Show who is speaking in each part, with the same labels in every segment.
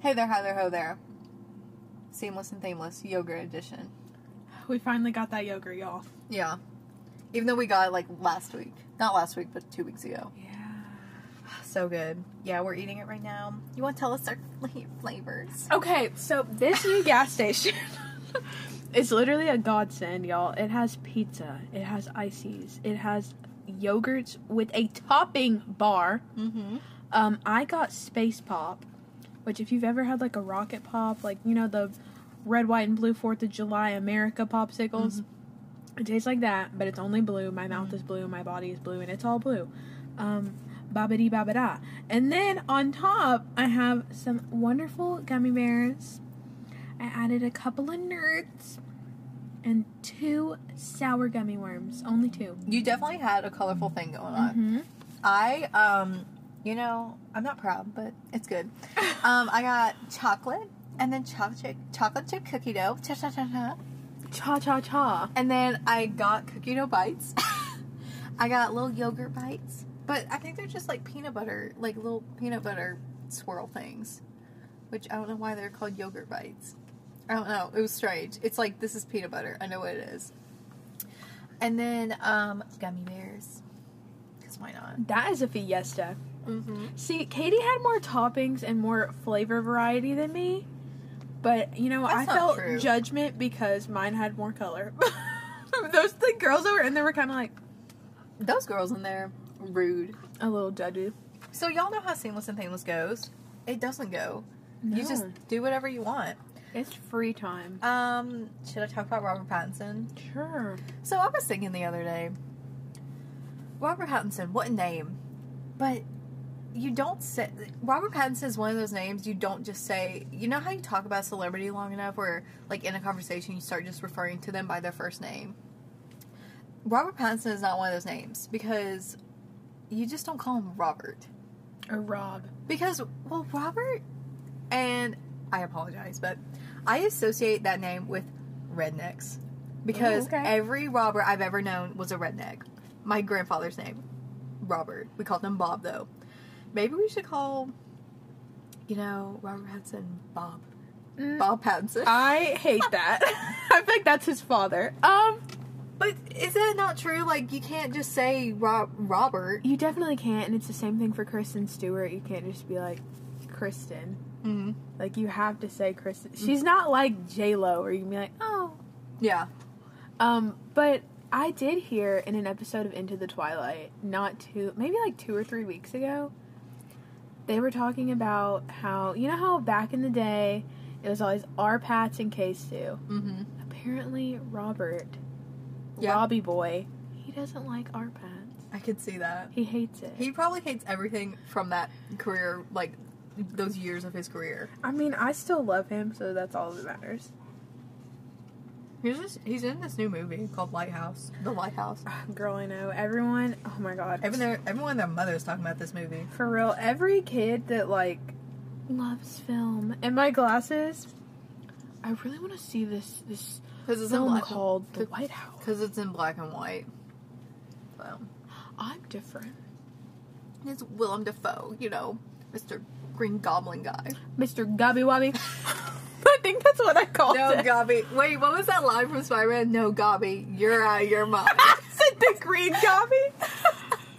Speaker 1: Hey there, hi there, ho there. Seamless and Themeless Yogurt Edition.
Speaker 2: We finally got that yogurt, y'all.
Speaker 1: Yeah. Even though we got it like last week. Not last week, but two weeks ago.
Speaker 2: Yeah.
Speaker 1: So good. Yeah, we're eating it right now. You want to tell us our fla- flavors?
Speaker 2: Okay, so this new gas station is literally a godsend, y'all. It has pizza, it has ices, it has yogurts with a topping bar.
Speaker 1: Mm-hmm.
Speaker 2: Um, I got space pop, which if you've ever had like a rocket pop, like you know the red, white, and blue Fourth of July America popsicles. It tastes like that, but it's only blue. My mouth is blue, my body is blue, and it's all blue. Um, babidi babada. And then on top, I have some wonderful gummy bears. I added a couple of nerds and two sour gummy worms. Only 2
Speaker 1: You definitely had a colorful thing going on.
Speaker 2: Mm-hmm.
Speaker 1: I, um, you know, I'm not proud, but it's good. Um, I got chocolate and then chocolate chip, chocolate chip cookie dough. Cha cha cha cha.
Speaker 2: Cha cha cha.
Speaker 1: And then I got cookie dough bites. I got little yogurt bites, but I think they're just like peanut butter, like little peanut butter swirl things, which I don't know why they're called yogurt bites. I don't know. It was strange. It's like this is peanut butter. I know what it is. And then um, gummy bears, because why not?
Speaker 2: That is a fiesta.
Speaker 1: Mm-hmm.
Speaker 2: See, Katie had more toppings and more flavor variety than me, but you know, I
Speaker 1: That's not
Speaker 2: felt
Speaker 1: true.
Speaker 2: judgment because mine had more color. Those the girls that were in there were kind of like
Speaker 1: Those girls in there, rude.
Speaker 2: a little judgy.
Speaker 1: So y'all know how seamless and painless goes. It doesn't go. You just do whatever you want.
Speaker 2: it's free time.
Speaker 1: Um, should I talk about Robert Pattinson?
Speaker 2: Sure.
Speaker 1: So I was thinking the other day, Robert Pattinson, what a name. But you don't say Robert Pattinson is one of those names you don't just say. You know how you talk about a celebrity long enough where like in a conversation you start just referring to them by their first name. Robert Pattinson is not one of those names because you just don't call him Robert.
Speaker 2: Or Rob.
Speaker 1: Because, well, Robert, and I apologize, but I associate that name with rednecks. Because
Speaker 2: Ooh, okay.
Speaker 1: every robber I've ever known was a redneck. My grandfather's name, Robert. We called him Bob, though. Maybe we should call, you know, Robert Pattinson Bob.
Speaker 2: Mm.
Speaker 1: Bob Pattinson.
Speaker 2: I hate that. I think that's his father. Um,
Speaker 1: but is that not true? Like, you can't just say Rob- Robert.
Speaker 2: you definitely can't, and it's the same thing for Kristen Stewart. You can't just be like Kristen.
Speaker 1: Mm-hmm.
Speaker 2: Like you have to say Kristen. She's not like J Lo, or you can be like, oh,
Speaker 1: Yeah.
Speaker 2: Um, but I did hear in an episode of Into the Twilight, not too, maybe like two or three weeks ago, they were talking about how, you know how back in the day, it was always R Pats and K Stu.
Speaker 1: Mm-hmm.
Speaker 2: Apparently, Robert,
Speaker 1: Yeah.
Speaker 2: Robbie Boy, he doesn't like R Pats.
Speaker 1: I could see that.
Speaker 2: He hates it.
Speaker 1: He probably hates everything from that career, like those years of his career.
Speaker 2: I mean, I still love him, so that's all that matters.
Speaker 1: He's just, he's in this new movie called Lighthouse. The Lighthouse.
Speaker 2: Girl, I know. Everyone, oh my god.
Speaker 1: Everyone, their, everyone, and their mother is talking about this movie.
Speaker 2: For real, every kid that like loves film and my glasses. I really want to see this this
Speaker 1: Because it's in
Speaker 2: film
Speaker 1: black
Speaker 2: called The
Speaker 1: Cause,
Speaker 2: White House.
Speaker 1: 'cause it's in black and white. So
Speaker 2: I'm different,
Speaker 1: it's Willem Dafoe, you know, Mr. Green Goblin guy.
Speaker 2: Mr. Gobby Wobby. I think that's what I called
Speaker 1: No,
Speaker 2: it.
Speaker 1: Gobby. Wait, what was that line from Spider-Man? No, Gobby, you're out of your mind.
Speaker 2: I said the green Gobby.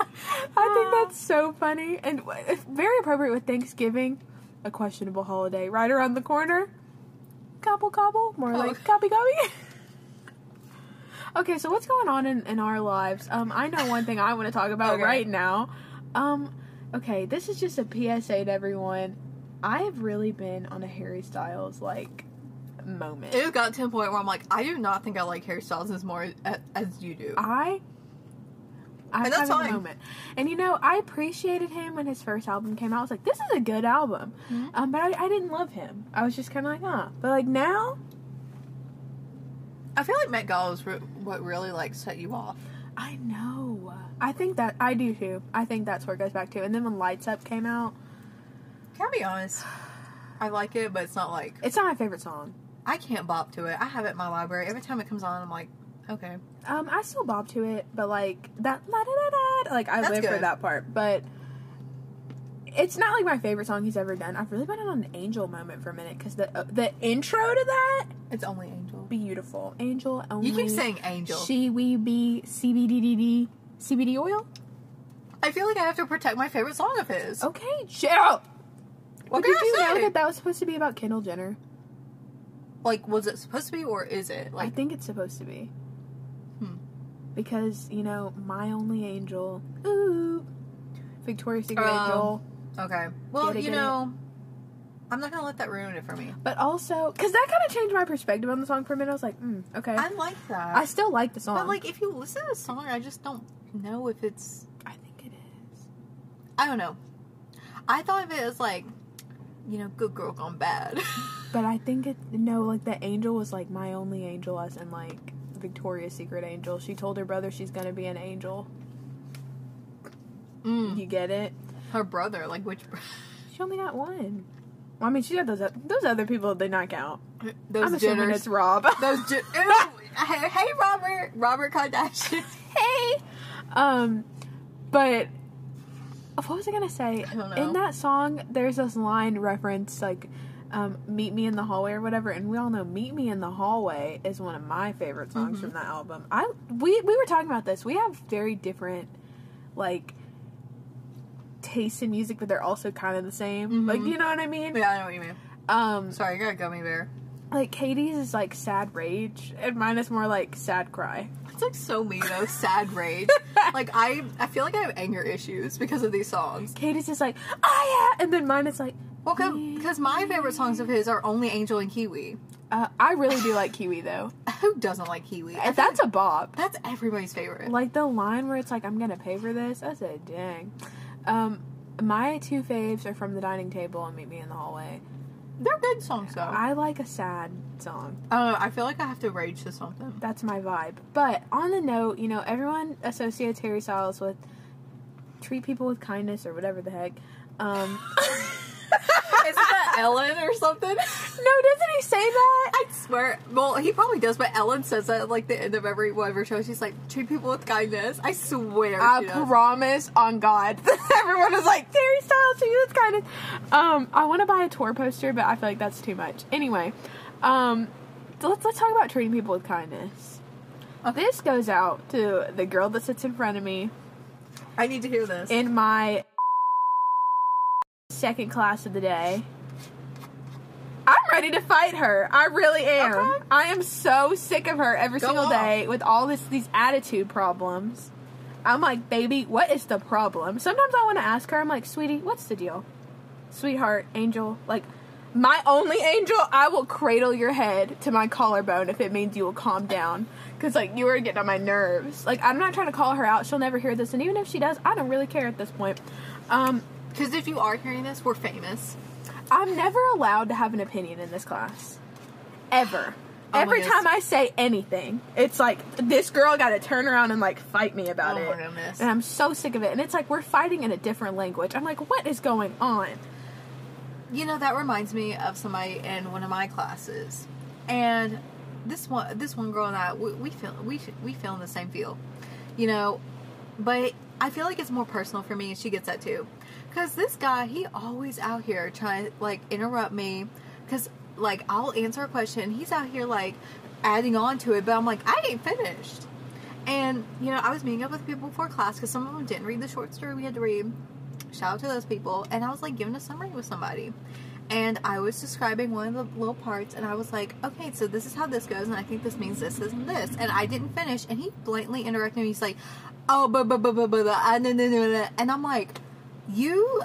Speaker 2: I think that's so funny and w- very appropriate with Thanksgiving, a questionable holiday right around the corner. Gobble gobble, more like gobby gobby. okay, so what's going on in, in our lives? Um, I know one thing I want to talk about
Speaker 1: Okay.
Speaker 2: right now. Um, okay, this is just a PSA to everyone. I have really been on a Harry Styles like moment.
Speaker 1: it got to a point where I'm like, I do not think I like hairstyles as more as, as you do.
Speaker 2: I I
Speaker 1: And that's
Speaker 2: that's having
Speaker 1: fine.
Speaker 2: a moment. And you know, I appreciated him when his first album came out. I was like, this is a good album.
Speaker 1: Mhm.
Speaker 2: Um, but I, I didn't love him. I was just kinda like, huh. But like now,
Speaker 1: I feel like Met Gala is re- what really like set you off.
Speaker 2: I know. I think that I do too. I think that's where it goes back to. And then when Lights Up came out,
Speaker 1: Can I be honest? I like it, but it's not like
Speaker 2: it's not my favorite song.
Speaker 1: I can't bop to it. I have it in my library. Every time it comes on, I'm like, okay,
Speaker 2: Um, I still bob to it, but like that la da da da like I
Speaker 1: That's
Speaker 2: live for
Speaker 1: good.
Speaker 2: that part. But it's not like my favorite song he's ever done. I've really been on an Angel moment for a minute because the uh, the intro to that
Speaker 1: It's only Angel.
Speaker 2: beautiful. Angel only.
Speaker 1: You keep saying Angel.
Speaker 2: she we be CBDDD CBD oil.
Speaker 1: I feel like I have to protect my favorite song of his.
Speaker 2: Okay, Gerald.
Speaker 1: What
Speaker 2: Oh, did
Speaker 1: can
Speaker 2: you
Speaker 1: I
Speaker 2: know
Speaker 1: say?
Speaker 2: that that was supposed to be about Kendall Jenner?
Speaker 1: Like, was it supposed to be or is it?
Speaker 2: I
Speaker 1: Like,
Speaker 2: think it's supposed to be.
Speaker 1: Hmm.
Speaker 2: Because you know my only angel. Ooh. Victoria's Secret
Speaker 1: Um,
Speaker 2: Angel.
Speaker 1: okay. Well,
Speaker 2: Get it,
Speaker 1: you
Speaker 2: get it.
Speaker 1: know, I'm not gonna let that ruin it for me.
Speaker 2: But also, because that kind of changed my perspective on the song for a minute. I was like, mm, okay.
Speaker 1: I like that.
Speaker 2: I still like the song.
Speaker 1: But like, if you listen to the song, I just don't know if it's.
Speaker 2: I think it is.
Speaker 1: I don't know. I thought of it as like, you know, good girl gone bad.
Speaker 2: But I think it no, like the angel was like my only angel, as in like Victoria's Secret angel. She told her brother she's gonna be an angel.
Speaker 1: mm.
Speaker 2: You get it?
Speaker 1: Her brother, like which? br-
Speaker 2: She only got one. Well, I mean, she got those oth- those other people did not count.
Speaker 1: Those
Speaker 2: I'm assuming
Speaker 1: Jenners.
Speaker 2: it's Rob.
Speaker 1: Those. Jen- Ew. hey, hey, Robert. Robert Kardashian.
Speaker 2: hey, um, but what was I gonna say?
Speaker 1: I don't know.
Speaker 2: In that song, there's this line reference like. Um, meet me in the hallway or whatever, and we all know "Meet Me in the Hallway" is one of my favorite songs
Speaker 1: Mm-hmm.
Speaker 2: from that album. I we we were talking about this. We have very different like tastes in music, but they're also kind of the same. Like
Speaker 1: Mhm.
Speaker 2: you know what I mean?
Speaker 1: yeah, I know what you mean.
Speaker 2: Um,
Speaker 1: Sorry, I got a gummy bear.
Speaker 2: like Katie's is like sad rage, and mine is more like sad cry.
Speaker 1: It's like so mean though. Sad rage. like I, I feel like I have anger issues because of these songs.
Speaker 2: Katie's just like ah yeah, and then mine is like
Speaker 1: Well, because my favorite songs of his are only Angel and Kiwi.
Speaker 2: Uh, I really do like Kiwi though.
Speaker 1: Who doesn't like Kiwi? I
Speaker 2: If
Speaker 1: think
Speaker 2: that's a bop.
Speaker 1: that's everybody's favorite.
Speaker 2: Like the line where it's like, I'm gonna pay for this. I said, dang. Um, my two faves are from the dining table and meet me in the hallway.
Speaker 1: They're good songs though. I,
Speaker 2: I like a sad song.
Speaker 1: uh, I feel like I have to rage to something.
Speaker 2: That's my vibe. But on the note, you know, everyone associates Harry Styles with treat people with kindness or whatever the heck. Um,
Speaker 1: Isn't that Ellen or something?
Speaker 2: no, doesn't he say that?
Speaker 1: I swear. Well, he probably does, but Ellen says that at like the end of every whatever show. She's like, treat people with kindness. I swear.
Speaker 2: I
Speaker 1: she does.
Speaker 2: promise on God. Everyone was like, Terry Styles, she was kind of. Um, I want to buy a tour poster, but I feel like that's too much. Anyway, um, so let's let's talk about treating people with kindness.
Speaker 1: Okay.
Speaker 2: This goes out to the girl that sits in front of me
Speaker 1: I need to hear this.
Speaker 2: in my second class of the day. I'm ready to fight her. I really am.
Speaker 1: Okay.
Speaker 2: I am so sick of her every
Speaker 1: Go
Speaker 2: single
Speaker 1: off.
Speaker 2: day with all this these attitude problems. I'm like, baby, what is the problem? Sometimes I want to ask her. I'm like, sweetie, what's the deal? Sweetheart, angel, like my only angel, I will cradle your head to my collarbone if it means you will calm down. Cause like you are getting on my nerves. Like I'm not trying to call her out. She'll never hear this, and even if she does, I don't really care at this point. Um,
Speaker 1: Because if you are hearing this, we're famous.
Speaker 2: I'm never allowed to have an opinion in this class. Ever.
Speaker 1: Oh my
Speaker 2: Every
Speaker 1: goodness.
Speaker 2: time I say anything, it's like this girl got to turn around and like fight me about
Speaker 1: Oh
Speaker 2: it.
Speaker 1: my goodness.
Speaker 2: And I'm so sick of it. And it's like we're fighting in a different language. I'm like, what is going on?
Speaker 1: You know, that reminds me of somebody in one of my classes, and this one, this one girl and I, we, we feel we sh- we feel in the same field, you know, but I feel like it's more personal for me, and she gets that too, because this guy, he always out here trying to like interrupt me, because like I'll answer a question, he's out here like adding on to it, but I'm like I ain't finished, and you know I was meeting up with people before class because some of them didn't read the short story we had to read, shout out to those people. And I was like giving a summary with somebody. And I was describing one of the little parts, and I was like, okay, so this is how this goes, and I think this means this, this, and this. And I didn't finish, and he blatantly interrupted me. He's like, oh, but, but, but, but, but, uh, no, no, no, no. And I'm like, you.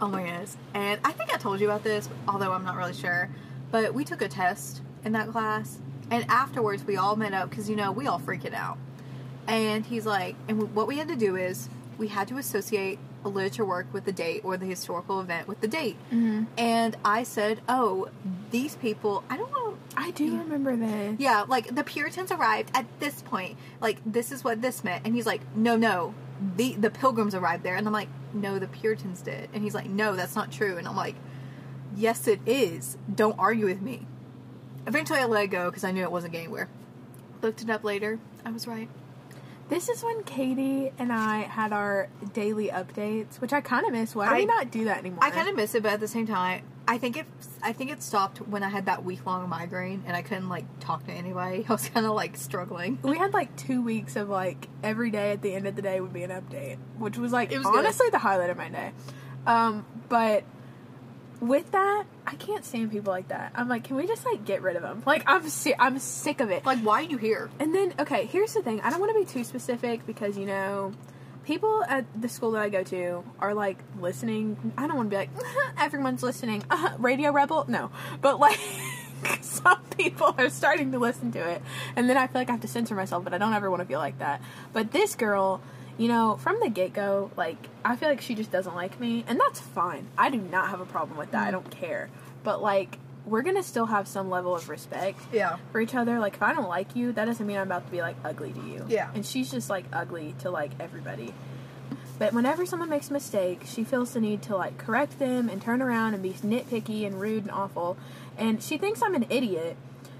Speaker 1: Oh my goodness. And I think I told you about this, although I'm not really sure. But we took a test in that class, and afterwards we all met up because, you know, we all freaking out. And he's like, and w- what we had to do is we had to associate a literature work with the date or the historical event with the date. And I said, oh, these people, I don't know.
Speaker 2: I do remember this.
Speaker 1: Yeah, like the Puritans arrived at this point. Like, this is what this meant. And he's like, no, no, the, the pilgrims arrived there. And I'm like, no, the Puritans did. And he's like, no, that's not true. And I'm like, yes, it is. Don't argue with me. Eventually, I let it go because I knew it wasn't getting anywhere. Looked it up later. I was right.
Speaker 2: This is when Katie and I had our daily updates, which I kind of miss. Why do
Speaker 1: I-
Speaker 2: we not do that anymore?
Speaker 1: I kind of miss it, but at the same time, I think it. I think it stopped when I had that week long migraine and I couldn't like talk to anybody. I was kind of like struggling.
Speaker 2: we had like two weeks of like every day at the end of the day would be an update, which was like
Speaker 1: It was good.
Speaker 2: honestly the highlight of my day. Um, but with that, I can't stand people like that. I'm like, can we just like get rid of them? Like, I'm si- I'm sick of it.
Speaker 1: Like, why are you here?
Speaker 2: And then, okay, here's the thing. I don't want to be too specific because you know, people at the school that I go to are like listening. I don't want to be like everyone's listening. Uh, Radio Rebel, no, but like some people are starting to listen to it, and then I feel like I have to censor myself. But I don't ever want to feel like that. But this girl. You know, from the get go, like, I feel like she just doesn't like me, and that's fine. I do not have a problem with that. I don't care. But, like, we're gonna still have some level of respect
Speaker 1: Yeah.
Speaker 2: for each other. Like, if I don't like you, that doesn't mean I'm about to be like ugly to you.
Speaker 1: Yeah.
Speaker 2: And she's just like ugly to like everybody. But whenever someone makes a mistake, she feels the need to like correct them and turn around and be nitpicky and rude and awful. And she thinks I'm an idiot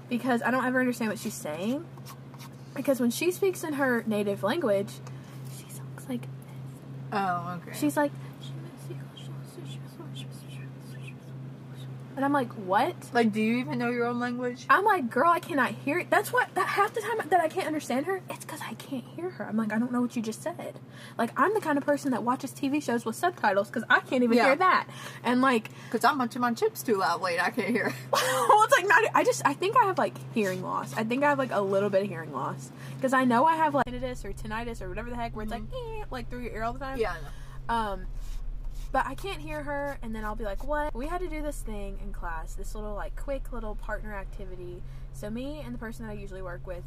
Speaker 2: because I don't ever understand what she's saying. Because when she speaks in her native language, she sounds like
Speaker 1: Oh, okay.
Speaker 2: she's like, and I'm like, what?
Speaker 1: like, do you even know your own language?
Speaker 2: I'm like, girl, I cannot hear it. That's what that half the time that I can't understand her, it's because I can't hear her. I'm like, I don't know what you just said. Like, I'm the kind of person that watches TV shows with subtitles because I can't even
Speaker 1: Yeah.
Speaker 2: hear that. And like,
Speaker 1: Because I'm munching my chips too loudly and I can't hear.
Speaker 2: well, it's like not. I just I think I have like hearing loss. I think I have like a little bit of hearing loss because I know I have like tinnitus or tinnitus or whatever the heck where it's like eh, like through your ear all the time.
Speaker 1: yeah. I know.
Speaker 2: Um, but I can't hear her, and then I'll be like, "What?" We had to do this thing in class, this little like quick little partner activity. So me and the person that I usually work with,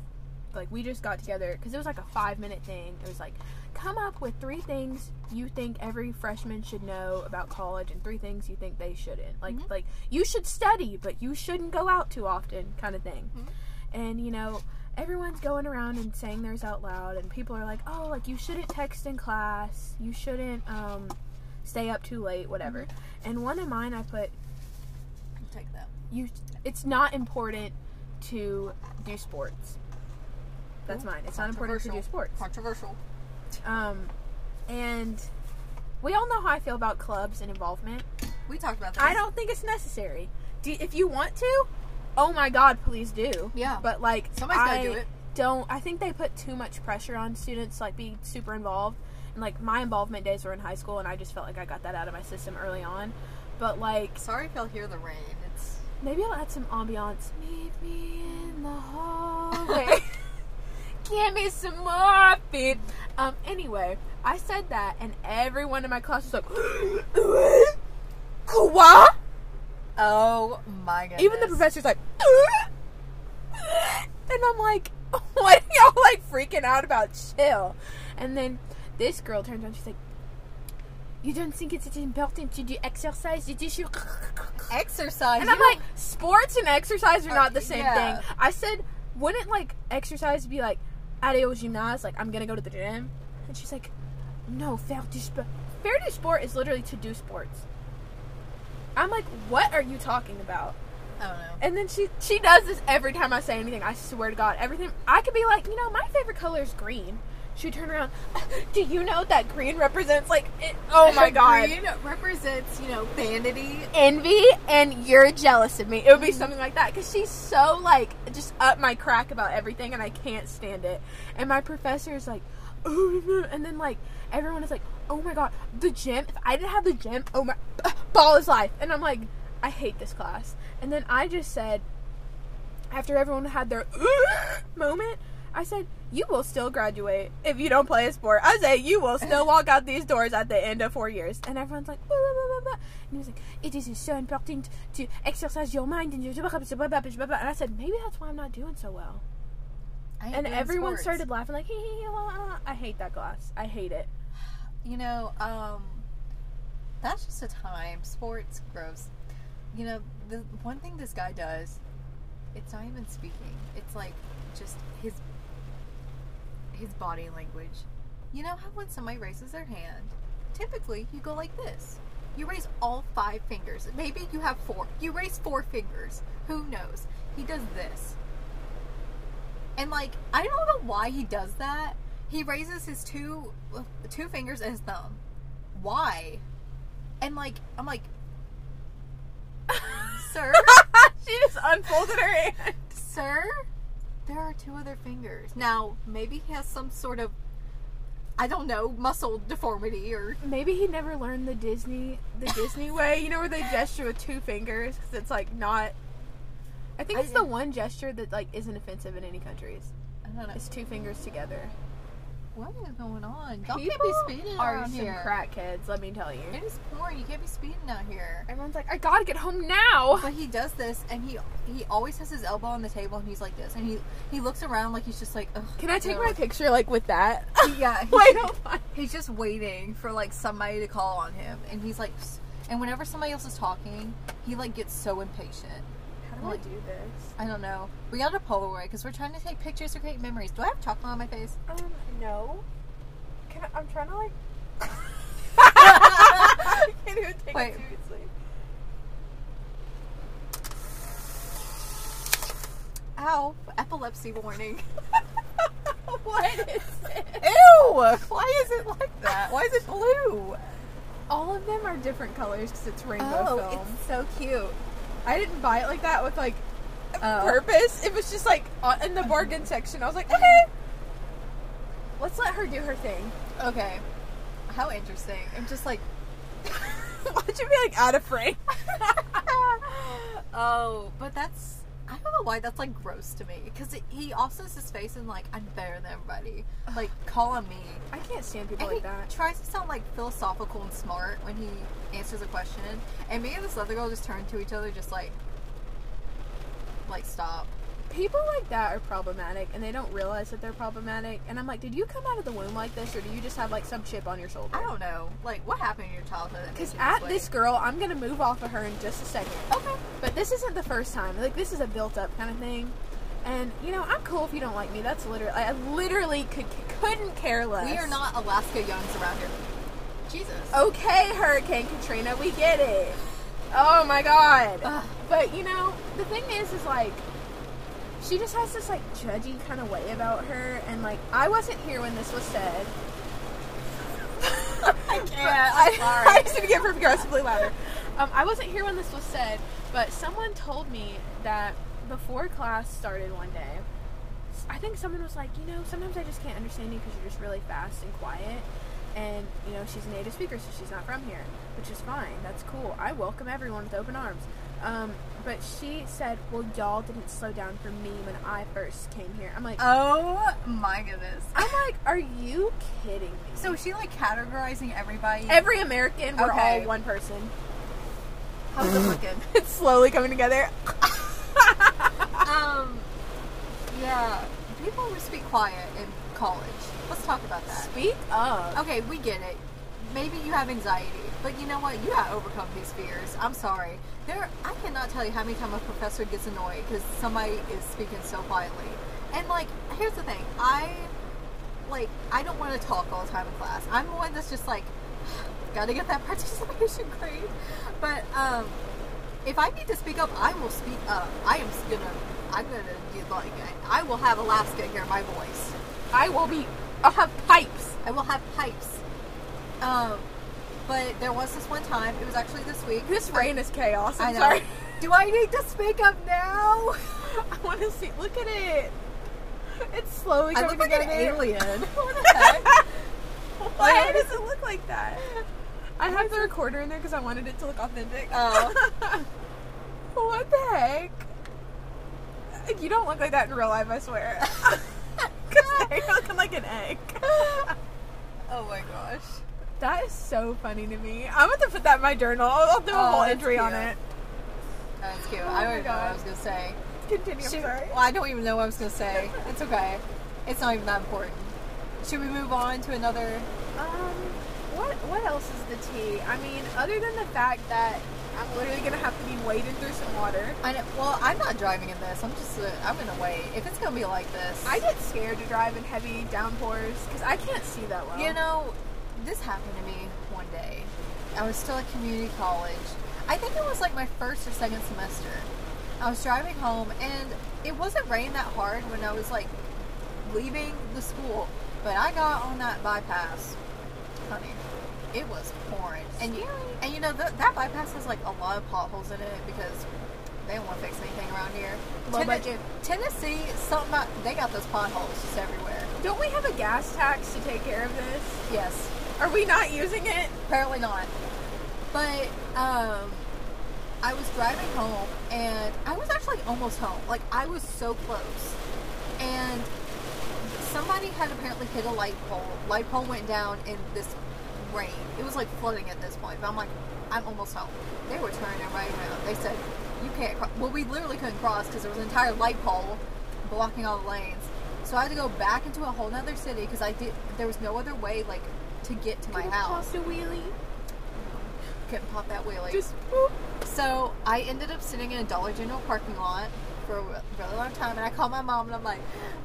Speaker 2: like we just got together because it was like a five minute thing. It was like, come up with three things you think every freshman should know about college, and three things you think they shouldn't. Like
Speaker 1: Mhm.
Speaker 2: like you should study, but you shouldn't go out too often, kind of thing.
Speaker 1: Mhm.
Speaker 2: And you know, everyone's going around and saying theirs out loud and people are like oh like you shouldn't text in class you shouldn't um stay up too late whatever and one of mine i put
Speaker 1: Take that.
Speaker 2: you it's not important to do sports that's
Speaker 1: Ooh,
Speaker 2: mine it's not important to do sports
Speaker 1: Controversial.
Speaker 2: um and we all know how i feel about clubs and involvement
Speaker 1: We talked about that.
Speaker 2: i don't think it's necessary do, if you want to oh my god please do
Speaker 1: Yeah.
Speaker 2: but like
Speaker 1: Somebody's
Speaker 2: I-
Speaker 1: gotta do it.
Speaker 2: don't I think they put too much pressure on students to, like be super involved and like my involvement days were in high school and I just felt like I got that out of my system early on. But like
Speaker 1: Sorry if y'all hear the rain. It's.
Speaker 2: maybe I'll add some ambiance. Meet me in the hallway. Give me some more feet. Um anyway, I said that and everyone in my class was like Kwa?
Speaker 1: Oh my god.
Speaker 2: Even the professor's like, and I'm like, what are y'all like freaking out about? Chill. And then this girl turns on, she's like, you don't think it's important to do exercise? You do shoot.
Speaker 1: Exercise.
Speaker 2: And
Speaker 1: you
Speaker 2: I'm
Speaker 1: don't-
Speaker 2: like, sports and exercise are
Speaker 1: Uh,
Speaker 2: not the same
Speaker 1: yeah.
Speaker 2: thing. I said, wouldn't like exercise be like, aller au gymnase, like I'm gonna go to the gym? And she's like, no, faire du sport. Faire du sport is literally to do sports. I'm like, what are you talking about?
Speaker 1: I don't know.
Speaker 2: And then she she does this every time I say anything. I swear to God, everything I could be like, you know, my favorite color is green. She would turn around. "Uh, Do you know that green represents like? It, oh my God,
Speaker 1: Green represents, you know, vanity.
Speaker 2: envy and you're jealous of me. It would be something like that because she's so like just up my crack about everything, and I can't stand it. And my professor is like, oh, and then like everyone is like, oh my God, the gym. If I didn't have the gym, oh my, ball is life. And I'm like, I hate this class. And then I just said, after everyone had their moment, I said, You will still graduate if you don't play a sport. I say, You will still walk out these doors at the end of four years. And everyone's like, blah, blah, blah, blah, blah. And he was like, It is so important to exercise your mind. And, your blah, blah, blah, blah, blah, blah. and I said, Maybe that's why I'm not doing so well.
Speaker 1: I ain't
Speaker 2: And
Speaker 1: doing
Speaker 2: everyone
Speaker 1: sports.
Speaker 2: started laughing, like, "Hee, hee, hee, la, la, la." I hate that class. I hate it.
Speaker 1: You know, um, that's just a time. Sports, gross. You know, the one thing this guy does, it's not even speaking. It's like just his his body language. You know how when somebody raises their hand, typically you go like this. You raise all five fingers. Maybe you have four. You raise four fingers. Who knows? He does this. And like, I don't know why he does that. He raises his two two fingers and his thumb. Why? And like I'm like, sir,
Speaker 2: she just unfolded her hand.
Speaker 1: sir, there are two other fingers. Now maybe he has some sort of I don't know muscle deformity or
Speaker 2: Maybe he never learned the Disney the Disney way. You know where they gesture with two fingers because it's like not. I think
Speaker 1: I-
Speaker 2: it's the one gesture that like isn't offensive in any countries.
Speaker 1: I don't know
Speaker 2: It's two fingers together.
Speaker 1: what is going on. Y'all can't
Speaker 2: People
Speaker 1: be speeding
Speaker 2: are
Speaker 1: around
Speaker 2: some
Speaker 1: here.
Speaker 2: crackheads. Let me tell you.
Speaker 1: It is pouring. You can't be speeding out here.
Speaker 2: Everyone's like, I gotta get home now.
Speaker 1: But he does this, and he he always has his elbow on the table, and he's like this, and he he looks around like he's just like, Ugh,
Speaker 2: Can I take
Speaker 1: no."
Speaker 2: my picture like with that?
Speaker 1: yeah? He,
Speaker 2: Wait, hold on.
Speaker 1: he's just waiting for like somebody to call on him, and he's like, "Psst." and whenever somebody else is talking, he like gets so impatient.
Speaker 2: How
Speaker 1: do I
Speaker 2: do this?
Speaker 1: I don't know. We got a Polaroid because we're trying to take pictures to create memories. Do I have chocolate on my face?
Speaker 2: Um, no. Can I, I'm trying to like. can't even take
Speaker 1: Wait.
Speaker 2: seriously.
Speaker 1: Ow! Epilepsy warning.
Speaker 2: what is it?
Speaker 1: Ew! Why is it like that? Why is it blue?
Speaker 2: All of them are different colors because it's rainbow
Speaker 1: Oh,
Speaker 2: film.
Speaker 1: it's so cute.
Speaker 2: I didn't buy it like that with like
Speaker 1: Oh.
Speaker 2: purpose. It was just like on- in the bargain section. I was like, okay, let's let her do her thing.
Speaker 1: Okay. How interesting. I'm just like,
Speaker 2: Why'd you be like out of frame?
Speaker 1: oh, but that's. I don't know why that's like gross to me. Because he also has his face in like, I'm better than everybody. Like, call on me.
Speaker 2: I can't stand people
Speaker 1: And he
Speaker 2: like that.
Speaker 1: tries to sound like philosophical and smart when he answers a question. And me and this other girl just turn to each other, just like, like, stop.
Speaker 2: People like that are problematic, and they don't realize that they're problematic. And I'm like, did you come out of the womb like this, or do you just have like some chip on your shoulder?
Speaker 1: I don't know. Like, what happened in your childhood? that made
Speaker 2: Because
Speaker 1: you
Speaker 2: at
Speaker 1: way?
Speaker 2: this girl, I'm gonna move off of her in just a second.
Speaker 1: Okay.
Speaker 2: But this isn't the first time. Like this is a built up kind of thing. And you know, I'm cool if you don't like me. That's literally I literally could couldn't care less.
Speaker 1: We are not Alaska Youngs around here. Jesus.
Speaker 2: okay, Hurricane Katrina. We get it. Oh my god.
Speaker 1: Ugh.
Speaker 2: But you know, the thing is is like she just has this like judgy kind of way about her and like I wasn't here when this was said. I
Speaker 1: can't. I'm sorry.
Speaker 2: I, just need to get progressively louder. Um, I wasn't here when this was said, but someone told me that before class started one day, I think someone was like, you know, sometimes I just can't understand you because you're just really fast and quiet. And, you know, she's a native speaker, so she's not from here, which is fine. That's cool. I welcome everyone with open arms. Um, but she said, well, y'all didn't slow down for me when I first came here. I'm like,
Speaker 1: Oh my goodness.
Speaker 2: I'm like, are you kidding me?
Speaker 1: So is she like categorizing everybody?
Speaker 2: every American, we're
Speaker 1: Okay.
Speaker 2: all one person.
Speaker 1: How's it looking?
Speaker 2: It's slowly coming together.
Speaker 1: um, yeah. People who speak quiet in college. Let's talk about that.
Speaker 2: Speak up.
Speaker 1: Okay, we get it. Maybe you have anxiety, but you know what? You gotta overcome these fears. I'm sorry. There, I cannot tell you how many times a professor gets annoyed because somebody is speaking so quietly. And like, here's the thing. I like, I don't want to talk all the time in class. I'm the one that's just like, gotta get that participation grade. But um, if I need to speak up, I will speak up. I am s- gonna, I'm gonna do like, I, I will have Alaska hear my voice.
Speaker 2: I will be, I'll have pipes.
Speaker 1: I will have pipes. Um, but there was this one time. It was actually this week.
Speaker 2: This rain is chaos.
Speaker 1: I
Speaker 2: I'm
Speaker 1: know.
Speaker 2: sorry.
Speaker 1: Do I need to speak up now?
Speaker 2: I want to see. Look at it. It's slowly
Speaker 1: I
Speaker 2: coming
Speaker 1: look like an
Speaker 2: together.
Speaker 1: alien. what the heck?
Speaker 2: Why does it look like that? I have the recorder in there because I wanted it to look authentic.
Speaker 1: Oh.
Speaker 2: what the heck? You don't look like that in real life, I swear. Because you're looking like an egg.
Speaker 1: Oh my gosh.
Speaker 2: That is so funny to me. I'm going to put that in my journal. I'll I'll do a
Speaker 1: Oh,
Speaker 2: whole
Speaker 1: that's
Speaker 2: entry on
Speaker 1: cute.
Speaker 2: it.
Speaker 1: That's cute.
Speaker 2: Oh
Speaker 1: I
Speaker 2: my
Speaker 1: don't even know what I
Speaker 2: God.
Speaker 1: was gonna say.
Speaker 2: Continue. I'm
Speaker 1: Should-
Speaker 2: sorry.
Speaker 1: Well, I don't even know what I was gonna say. It's okay. It's not even that important. Should we move on to another?
Speaker 2: Um, what what else is the tea? I mean, other than the fact that I'm literally gonna have to be waded through some water.
Speaker 1: I know, well, I'm not driving in this. I'm just. Uh, I'm gonna wait. If it's gonna be like this,
Speaker 2: I get scared to drive in heavy downpours because I can't see that well.
Speaker 1: You know, this happened to me one day. I was still at community college. I think it was like my first or second semester. I was driving home and it wasn't raining that hard when I was like leaving the school. But I got on that bypass, honey. It was pouring, and you, and you know th- that bypass has like a lot of potholes in it because they don't want to fix anything around here.
Speaker 3: Low
Speaker 1: Tennes-
Speaker 3: budget.
Speaker 1: Tennessee, something about they got those potholes just everywhere.
Speaker 2: Don't we have a gas tax to take care of this?
Speaker 1: Yes,
Speaker 2: Are we not using it?
Speaker 1: apparently not. But um, I was driving home, and I was actually almost home. Like I was so close, and somebody had apparently hit a light pole. Light pole went down in this rain. It was like flooding at this point. But I'm like, I'm almost home. They were turning it right around. They said, you can't. Cro-. Well, we literally couldn't cross because there was an entire light pole blocking all the lanes. So I had to go back into a whole nother city because I did. There was no other way like to get to my house.
Speaker 2: Pop the wheelie.
Speaker 1: Couldn't pop that wheelie.
Speaker 2: Just boop.
Speaker 1: So I ended up sitting in a Dollar General parking lot for a re- really long time, and I called my mom, and I'm like,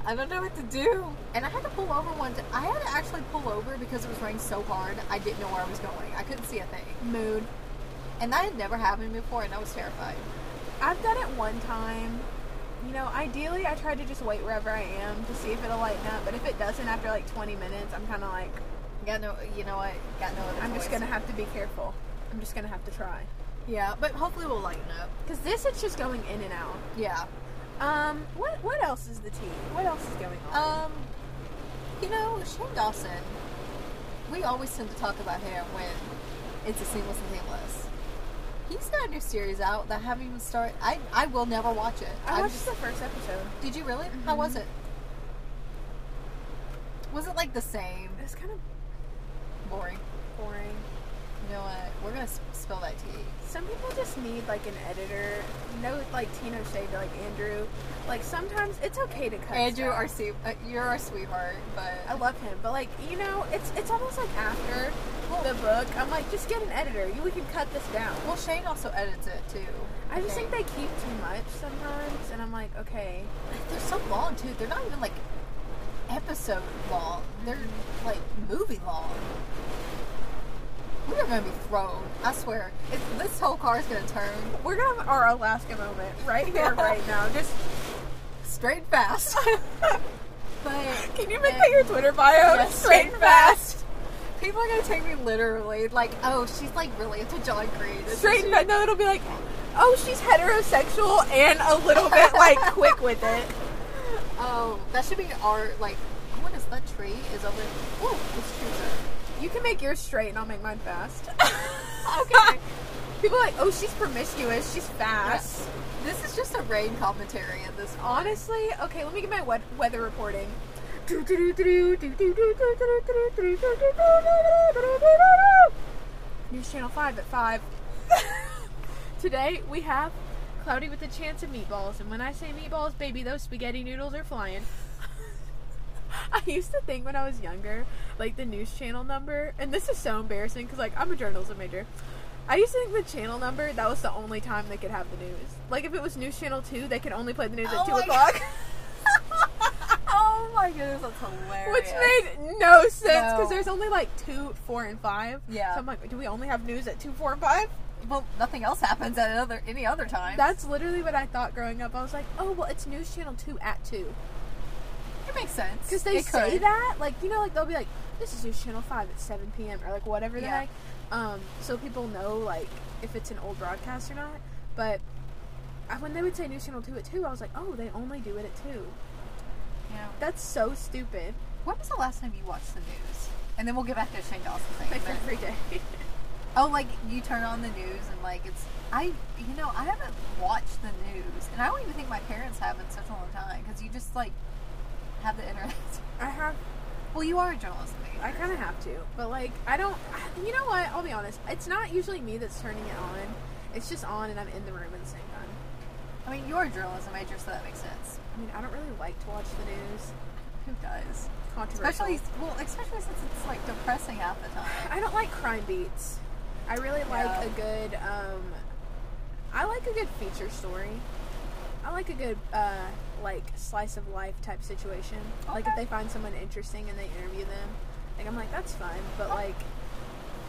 Speaker 1: I don't know what to do. And I had to pull over one. T- I had to actually pull over because it was raining so hard. I didn't know where I was going. I couldn't see a thing.
Speaker 2: Mood.
Speaker 1: And that had never happened before, and I was terrified.
Speaker 2: I've done it one time. You know, ideally, I try to just wait wherever I am to see if it'll lighten up. But if it doesn't after like 20 minutes, I'm kind of like,
Speaker 1: Got no, you know what? Got no. Other
Speaker 2: I'm just
Speaker 1: choice.
Speaker 2: gonna have to be careful. I'm just gonna have to try.
Speaker 1: Yeah, but hopefully we'll lighten up.
Speaker 2: Cause this, it's just going in and out.
Speaker 1: Yeah.
Speaker 2: Um, what what else is the tea? What else is going on?
Speaker 1: Um, you know, Shane Dawson. We always tend to talk about him when it's a seamless and seamless. He's got a new series out that I haven't even started. I I will never watch it.
Speaker 2: I
Speaker 1: I'm
Speaker 2: watched Mm-hmm.
Speaker 1: just-
Speaker 2: the first episode.
Speaker 1: did you really? How was it? Was it like the same?
Speaker 2: It's kind of
Speaker 1: Boring.
Speaker 2: boring.
Speaker 1: You know what? We're gonna s- spill that tea.
Speaker 2: Some people just need like an editor. No, like Tino Shade, but, like Andrew. Like sometimes it's okay to cut.
Speaker 1: Andrew,
Speaker 2: stuff.
Speaker 1: our se- uh, you're our sweetheart, but
Speaker 2: I love him, but like you know, it's it's almost like after the book, I'm like, just get an editor. You we can cut this down.
Speaker 1: well, Shane also edits it too.
Speaker 2: I just think
Speaker 1: they.
Speaker 2: they keep too much sometimes, and I'm like, okay,
Speaker 1: They're so long too. They're not even like episode long. They're like movie long. We are gonna be thrown. I swear. It's, this whole car is gonna turn
Speaker 2: we're gonna have our Alaska moment right here, right now. Just
Speaker 1: straight fast. but
Speaker 2: can you make that your Twitter bio?
Speaker 1: Yes,
Speaker 2: straight
Speaker 1: straight
Speaker 2: and fast.
Speaker 1: people are gonna take me literally. Like, oh, she's like really into John Green. isn't
Speaker 2: Straight
Speaker 1: she?
Speaker 2: and fast. No, it'll be like, oh, she's heterosexual and a little bit like quick with it.
Speaker 1: Oh, that should be our like. oh, What is that tree? Is over. Ooh, it's trees.
Speaker 2: You can make yours straight, and I'll make mine fast.
Speaker 1: are- Okay.
Speaker 2: People are like, oh, she's promiscuous. She's fast.
Speaker 1: this is just a rain commentary at this. point.
Speaker 2: Honestly, okay, let me get my wed- weather reporting. News Channel 5 at 5. Today we have cloudy with a chance of meatballs. And when I say meatballs, baby, those spaghetti noodles are flying. I used to think when I was younger, like the news channel number, and this is so embarrassing because, like, I'm a journalism major. I used to think the channel number, that was the only time they could have the news. Like, if it was News Channel 2, they could only play the news
Speaker 1: Oh
Speaker 2: at 2
Speaker 1: my
Speaker 2: o'clock.
Speaker 1: oh my goodness, that's hilarious.
Speaker 2: Which made no sense
Speaker 1: No.
Speaker 2: because there's only like two, four, and five.
Speaker 1: Yeah.
Speaker 2: So I'm like, do we only have news at two, four, and five?
Speaker 1: well, nothing else happens at another any other time.
Speaker 2: That's literally what I thought growing up. I was like, oh, well, it's News Channel 2 at 2.
Speaker 1: it makes sense
Speaker 2: Because they
Speaker 1: It
Speaker 2: say
Speaker 1: could.
Speaker 2: that. Like, you know, like they'll be like, this is News Channel 5 at 7 p.m. or like whatever the
Speaker 1: Yeah.
Speaker 2: heck. Um, so people know like if it's an old broadcast or not. But I- when they would say News Channel 2 at 2, I was like, oh, they only do it at 2.
Speaker 1: Yeah.
Speaker 2: That's so stupid.
Speaker 1: When was the last time you watched the news? And then we'll get back to the Shane Dawson thing.
Speaker 2: Like,
Speaker 1: but-
Speaker 2: every day.
Speaker 1: oh, like you turn on the news and like it's I you know I haven't watched the news and I don't even think my parents have in such a long time because you just like have the internet.
Speaker 2: I have
Speaker 1: well, you are a journalist. major.
Speaker 2: I kind of have to, but like I don't. You know what? I'll be honest. It's not usually me that's turning it on. It's just on, and I'm in the room at the same time.
Speaker 1: I mean, you're a journalism major, so that makes sense.
Speaker 2: I mean, I don't really like to watch the news.
Speaker 1: Who does?
Speaker 2: Controversial.
Speaker 1: Especially well, especially since it's like depressing half the time.
Speaker 2: I don't like crime beats. I really like
Speaker 1: Yeah.
Speaker 2: a good. Um, I like a good feature story. I like a good uh, like slice of life type situation. Like if
Speaker 1: Okay.
Speaker 2: they find someone interesting and they interview them, like I'm like that's fine. But
Speaker 1: Oh.
Speaker 2: like,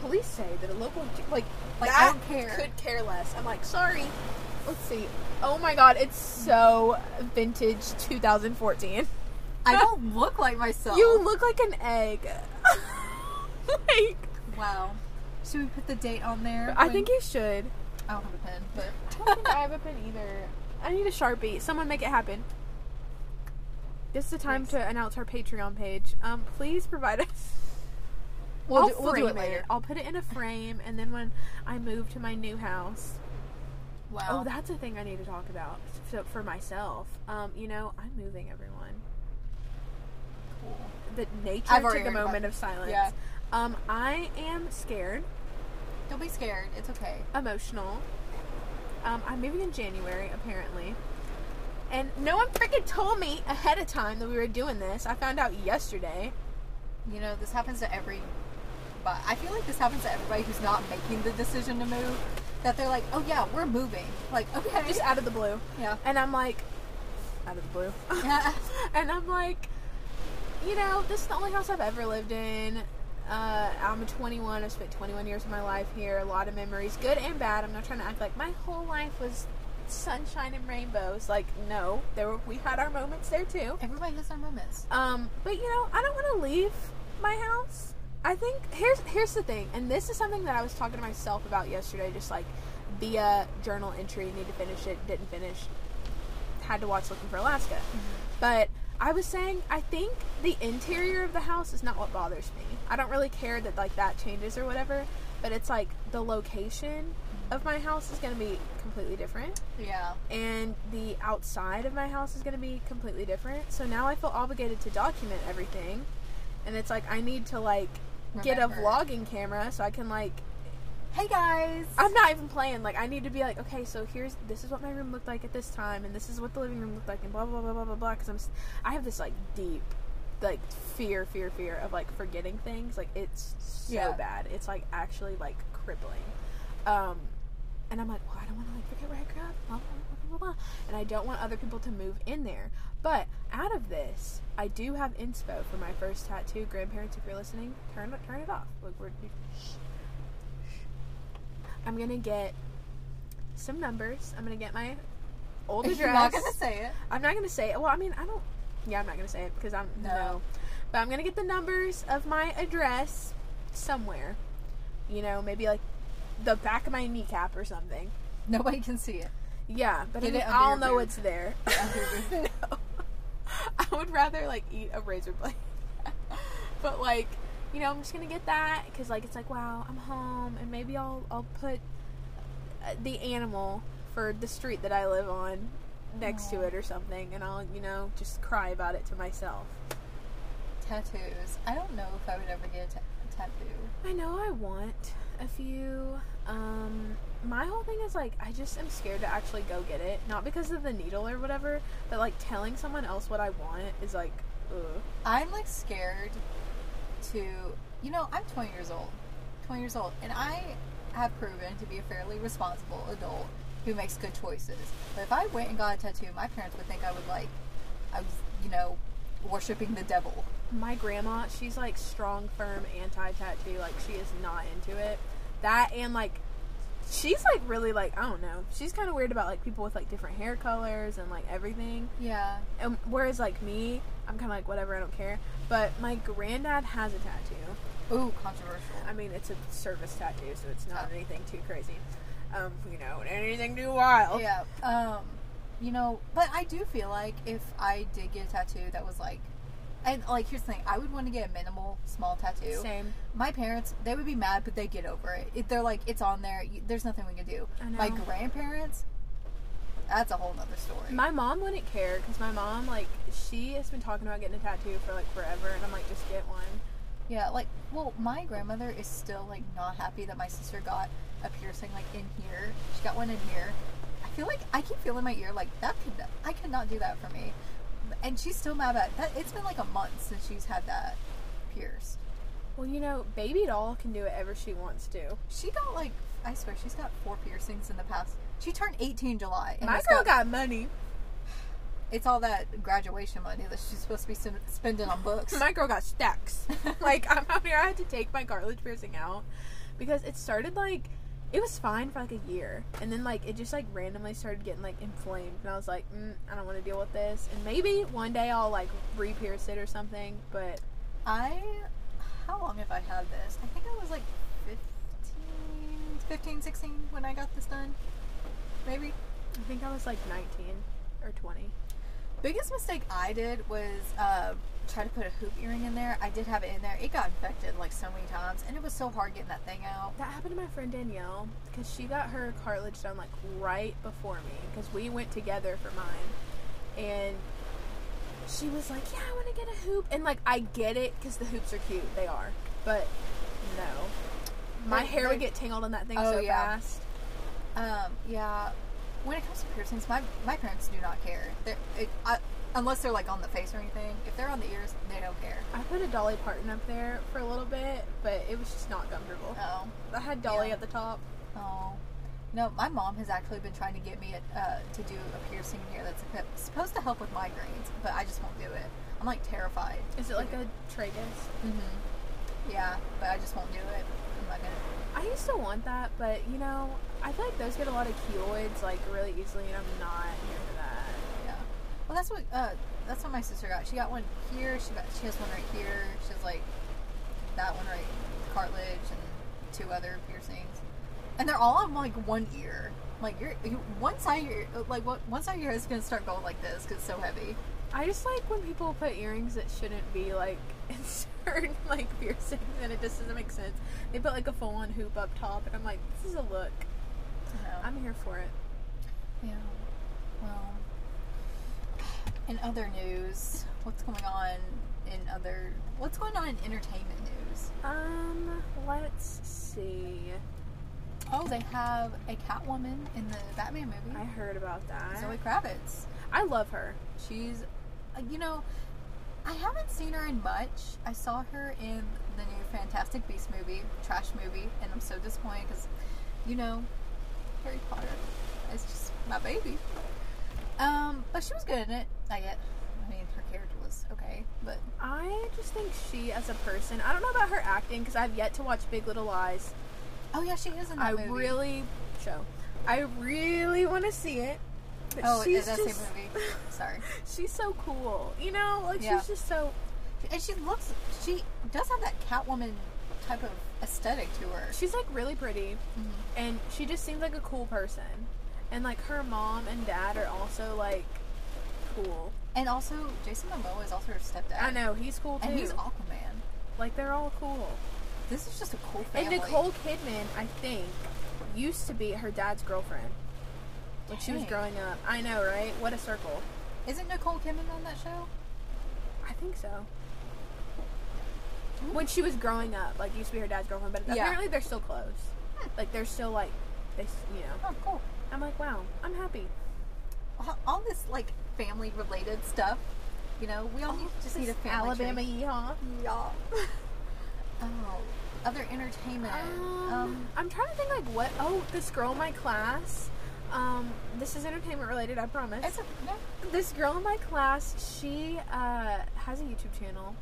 Speaker 2: police say that a local j- like
Speaker 1: Like,
Speaker 2: that
Speaker 1: I don't care.
Speaker 2: could care less. I'm like sorry. Let's see. Oh my god, it's so vintage 2014.
Speaker 1: I don't look like myself.
Speaker 2: You look like an egg. like,
Speaker 1: Wow. Should we put the date on there?
Speaker 2: I think you should.
Speaker 1: I don't have a pen, but
Speaker 2: I don't think I have a pen either. I need a sharpie. Someone make it happen. This is the time to announce our Patreon page. Um, please provide us.
Speaker 1: we'll,
Speaker 2: I'll
Speaker 1: do, we'll do it
Speaker 2: frame
Speaker 1: later.
Speaker 2: I'll put it Oh, in a frame, and then when I move to my new house,
Speaker 1: Wow.
Speaker 2: oh, that's a thing I need to talk about so for myself. Um, you know, I'm moving everyone.
Speaker 1: cool.
Speaker 2: The nature
Speaker 1: I've already
Speaker 2: took a
Speaker 1: heard about
Speaker 2: moment of
Speaker 1: this.
Speaker 2: silence.
Speaker 1: Yeah.
Speaker 2: Um, I am scared,
Speaker 1: Don't be scared. It's okay.
Speaker 2: emotional. Um, I'm moving in January apparently, and no one freaking told me ahead of time that we were doing this. I found out yesterday.
Speaker 1: You know, this happens to every. But I feel like this happens to everybody who's not making the decision to move. That they're like, oh yeah, we're moving. Like, okay.
Speaker 2: just out of the blue.
Speaker 1: yeah.
Speaker 2: And I'm like, out of the blue.
Speaker 1: Yeah.
Speaker 2: and I'm like, you know, this is the only house I've ever lived in. Uh, I'm 21. I've spent 21 years of my life here. A lot of memories, good and bad. I'm not trying to act like my whole life was sunshine and rainbows. Like, no, there were, we had our moments there too.
Speaker 1: Everybody has their moments.
Speaker 2: Um, but you know, I don't want to leave my house. I think here's here's the thing, and this is something that I was talking to myself about yesterday, just like via journal entry. Need to finish it, didn't finish. Had to watch Looking for Alaska, but I was saying I think the interior of the house is not what bothers me. I don't really care that like that changes or whatever, but it's like the location of my house is going to be completely different
Speaker 1: Yeah.
Speaker 2: and the outside of my house is going to be completely different. So now I feel obligated to document everything. And it's like I need to like get a
Speaker 1: Remember.
Speaker 2: vlogging camera so I can like
Speaker 1: Hey guys.
Speaker 2: I'm not even playing. Like I need to be like, okay, so here's this is what my room looked like at this time and this is what the living room looked like and blah blah blah blah blah blah cuz I'm s- I have this like deep like fear fear fear of like forgetting things. Like it's so
Speaker 1: Yeah.
Speaker 2: bad. It's like actually like crippling. Um and I'm like, well, I don't want to like forget where I grew up, blah, blah, blah, blah, blah, blah. And I don't want other people to move in there. But out of this, I do have inspo for my first tattoo. Grandparents, if you're listening, turn turn it off. Look, we're shh, shh. I'm gonna get some numbers. I'm gonna get my old address.
Speaker 1: You're not gonna say it.
Speaker 2: I'm not gonna say it. Well, I mean, I don't. Yeah, I'm not gonna say it because I'm
Speaker 1: No.
Speaker 2: no. But I'm gonna get the numbers of my address somewhere. You know, maybe like the back of my kneecap or something.
Speaker 1: Nobody can see it.
Speaker 2: Yeah, but I
Speaker 1: Get
Speaker 2: mean,
Speaker 1: it under
Speaker 2: I'll
Speaker 1: your
Speaker 2: know
Speaker 1: boob.
Speaker 2: it's there.
Speaker 1: under your boob.
Speaker 2: no. I would rather like eat a razor blade. but like, you know, I'm just gonna get that because like it's like wow, I'm home, and maybe I'll I'll put uh, the animal for the street that I live on next to
Speaker 1: Aw.
Speaker 2: it or something, and I'll you know just cry about it to myself.
Speaker 1: Tattoos. I don't know if I would ever get a ta- tattoo.
Speaker 2: I know I want a few. Um, my whole thing is like I just am scared to actually go get it, not because of the needle or whatever, but like telling someone else what I want is like, ugh.
Speaker 1: I'm like scared to, you know, I'm 20 years old, 20 years old, and I have proven to be a fairly responsible adult who makes good choices. But if I went and got a tattoo, my parents would think I would like, I was, you know, worshiping the devil.
Speaker 2: My grandma, she's like strong, firm, anti-tattoo. Like she is not into it. That and like, she's like really like I don't know. She's kind of weird about like people with like different hair colors and like everything.
Speaker 1: Yeah.
Speaker 2: And whereas like me, I'm kind of like whatever, I don't care. But my granddad has a tattoo.
Speaker 1: Ooh, controversial.
Speaker 2: I mean, it's a service tattoo, so it's not
Speaker 1: Oh.
Speaker 2: anything too crazy. Um, you know, anything too wild.
Speaker 1: Yeah. Um, you know, but I do feel like if I did get a tattoo that was like, and like here's the thing, I would want to get a minimal, small tattoo.
Speaker 2: Same.
Speaker 1: My parents, they would be mad, but they get over it. If they're like, it's on there. You, there's nothing we can do.
Speaker 2: I know.
Speaker 1: My grandparents, that's a whole nother story.
Speaker 2: My mom wouldn't care because my mom, like, she has been talking about getting a tattoo for like forever, and I'm like, just get one.
Speaker 1: yeah, like, well, my grandmother is still like not happy that my sister got a piercing like in here. She got one in here. I feel like I keep feeling my ear like that could I could not do that for me, and she's still mad about it. that. It's been like a month since she's had that pierced.
Speaker 2: Well, you know, baby doll can do whatever she wants to.
Speaker 1: She got like I swear she's got four piercings in the past. She turned 18 in July. and
Speaker 2: my
Speaker 1: has
Speaker 2: girl got money.
Speaker 1: It's all that graduation money that she's supposed to be sim- spending on books.
Speaker 2: My girl got stacks. like I'm out here. I had to take my cartilage piercing out because it started like It was fine for like a year, and then like it just like randomly started getting like inflamed, and I was like, mm, I don't want to deal with this. And maybe one day I'll like re-pierce it or something. But
Speaker 1: I how long have I had this? I think I was like 15, 15 16 when I got this done. Maybe.
Speaker 2: I think I was like 19 or 20.
Speaker 1: Biggest mistake I did was uh, try to put a hoop earring in there. I did have it in there. It got infected like so many times, and it was so hard getting that thing out.
Speaker 2: That happened to my friend Danielle because she got her cartilage done like right before me because we went together for mine, and she was like, "Yeah, I want to get a hoop," and like I get it because the hoops are cute, they are, but no, my
Speaker 1: They-
Speaker 2: hair would
Speaker 1: they-
Speaker 2: get tangled on that thing
Speaker 1: Oh,
Speaker 2: so
Speaker 1: yeah.
Speaker 2: fast.
Speaker 1: Um, yeah. When it comes to piercings, my my parents do not care. They're, it, I, unless they're like on the face or anything. If they're on the ears, they don't care.
Speaker 2: I put a Dolly Parton up there for a little bit, but it was just not comfortable.
Speaker 1: Oh,
Speaker 2: I had Dolly
Speaker 1: yeah.
Speaker 2: at the top.
Speaker 1: oh. No, my mom has actually been trying to get me uh, to do a piercing in here that's supp- supposed to help with migraines, but I just won't do it. I'm like terrified.
Speaker 2: Is it like a tragus?
Speaker 1: Mm-hmm. Yeah, but I just won't do it. I'm not gonna.
Speaker 2: I used to want that, but you know, I feel like those get a lot of keloids like really easily, and I'm not here for that.
Speaker 1: Yeah. Well, that's what uh, that's what my sister got. She got one here. She got she has one right here. She has like that one right cartilage and two other piercings, and they're all on like one ear. Like your you, one side of your like what one side of your head's gonna start going like this because it's so heavy.
Speaker 2: I just like when people put earrings that shouldn't be like insert like piercings, and it just doesn't make sense. They put like a full on hoop up top, and I'm like, this is a look.
Speaker 1: No.
Speaker 2: I'm here for it.
Speaker 1: Yeah. Well. In other news, what's going on in other what's going on in entertainment news?
Speaker 2: Um, let's see.
Speaker 1: Oh, they have a Catwoman in the Batman movie.
Speaker 2: I heard about that.
Speaker 1: Zoe Kravitz.
Speaker 2: I love her.
Speaker 1: She's, uh, you know, I haven't seen her in much. I saw her in the new Fantastic Beast movie, trash movie, and I'm so disappointed because, you know, Harry Potter is just my baby. Um, but she was good in it. I get. I mean, her character was okay, but
Speaker 2: I just think she, as a person, I don't know about her acting because I've yet to watch Big Little Lies.
Speaker 1: oh yeah, she is in that
Speaker 2: I
Speaker 1: movie.
Speaker 2: really show. I really want to see it. But
Speaker 1: oh,
Speaker 2: she's
Speaker 1: it's that
Speaker 2: just-
Speaker 1: same movie. Sorry,
Speaker 2: She's so cool. You know, like
Speaker 1: Yeah.
Speaker 2: she's just so.
Speaker 1: and she looks. She does have that Catwoman type of aesthetic to her.
Speaker 2: She's like really pretty,
Speaker 1: Mhm.
Speaker 2: and she just seems like a cool person. And like her mom and dad are also like cool.
Speaker 1: And also, Jason Momoa is also her stepdad.
Speaker 2: I know he's cool too.
Speaker 1: And he's Aquaman.
Speaker 2: like they're all cool.
Speaker 1: This is just a cool family.
Speaker 2: And Nicole Kidman, I think, used to be her dad's girlfriend when she was
Speaker 1: Dang.
Speaker 2: growing up. I know, right? What a circle.
Speaker 1: Isn't Nicole Kidman on that show?
Speaker 2: I think so. When she was growing up, like used to be her dad's girlfriend, but
Speaker 1: Hmm. Yeah.
Speaker 2: apparently they're still close.
Speaker 1: Hmm.
Speaker 2: Like they're still like they, s- you know.
Speaker 1: Oh, cool.
Speaker 2: I'm like, wow, I'm happy.
Speaker 1: All- All this, like, family related stuff. You know, we all, need to just need a
Speaker 2: This
Speaker 1: family.
Speaker 2: Alabama
Speaker 1: tree.
Speaker 2: yeehaw.
Speaker 1: Y'all. oh. Other entertainment.
Speaker 2: Um,
Speaker 1: Um,
Speaker 2: I'm trying to think like what. Oh, this girl in my class. Um, this is entertainment related. I promise.
Speaker 1: it's a. No.
Speaker 2: this girl in my class, she uh, has a YouTube channel.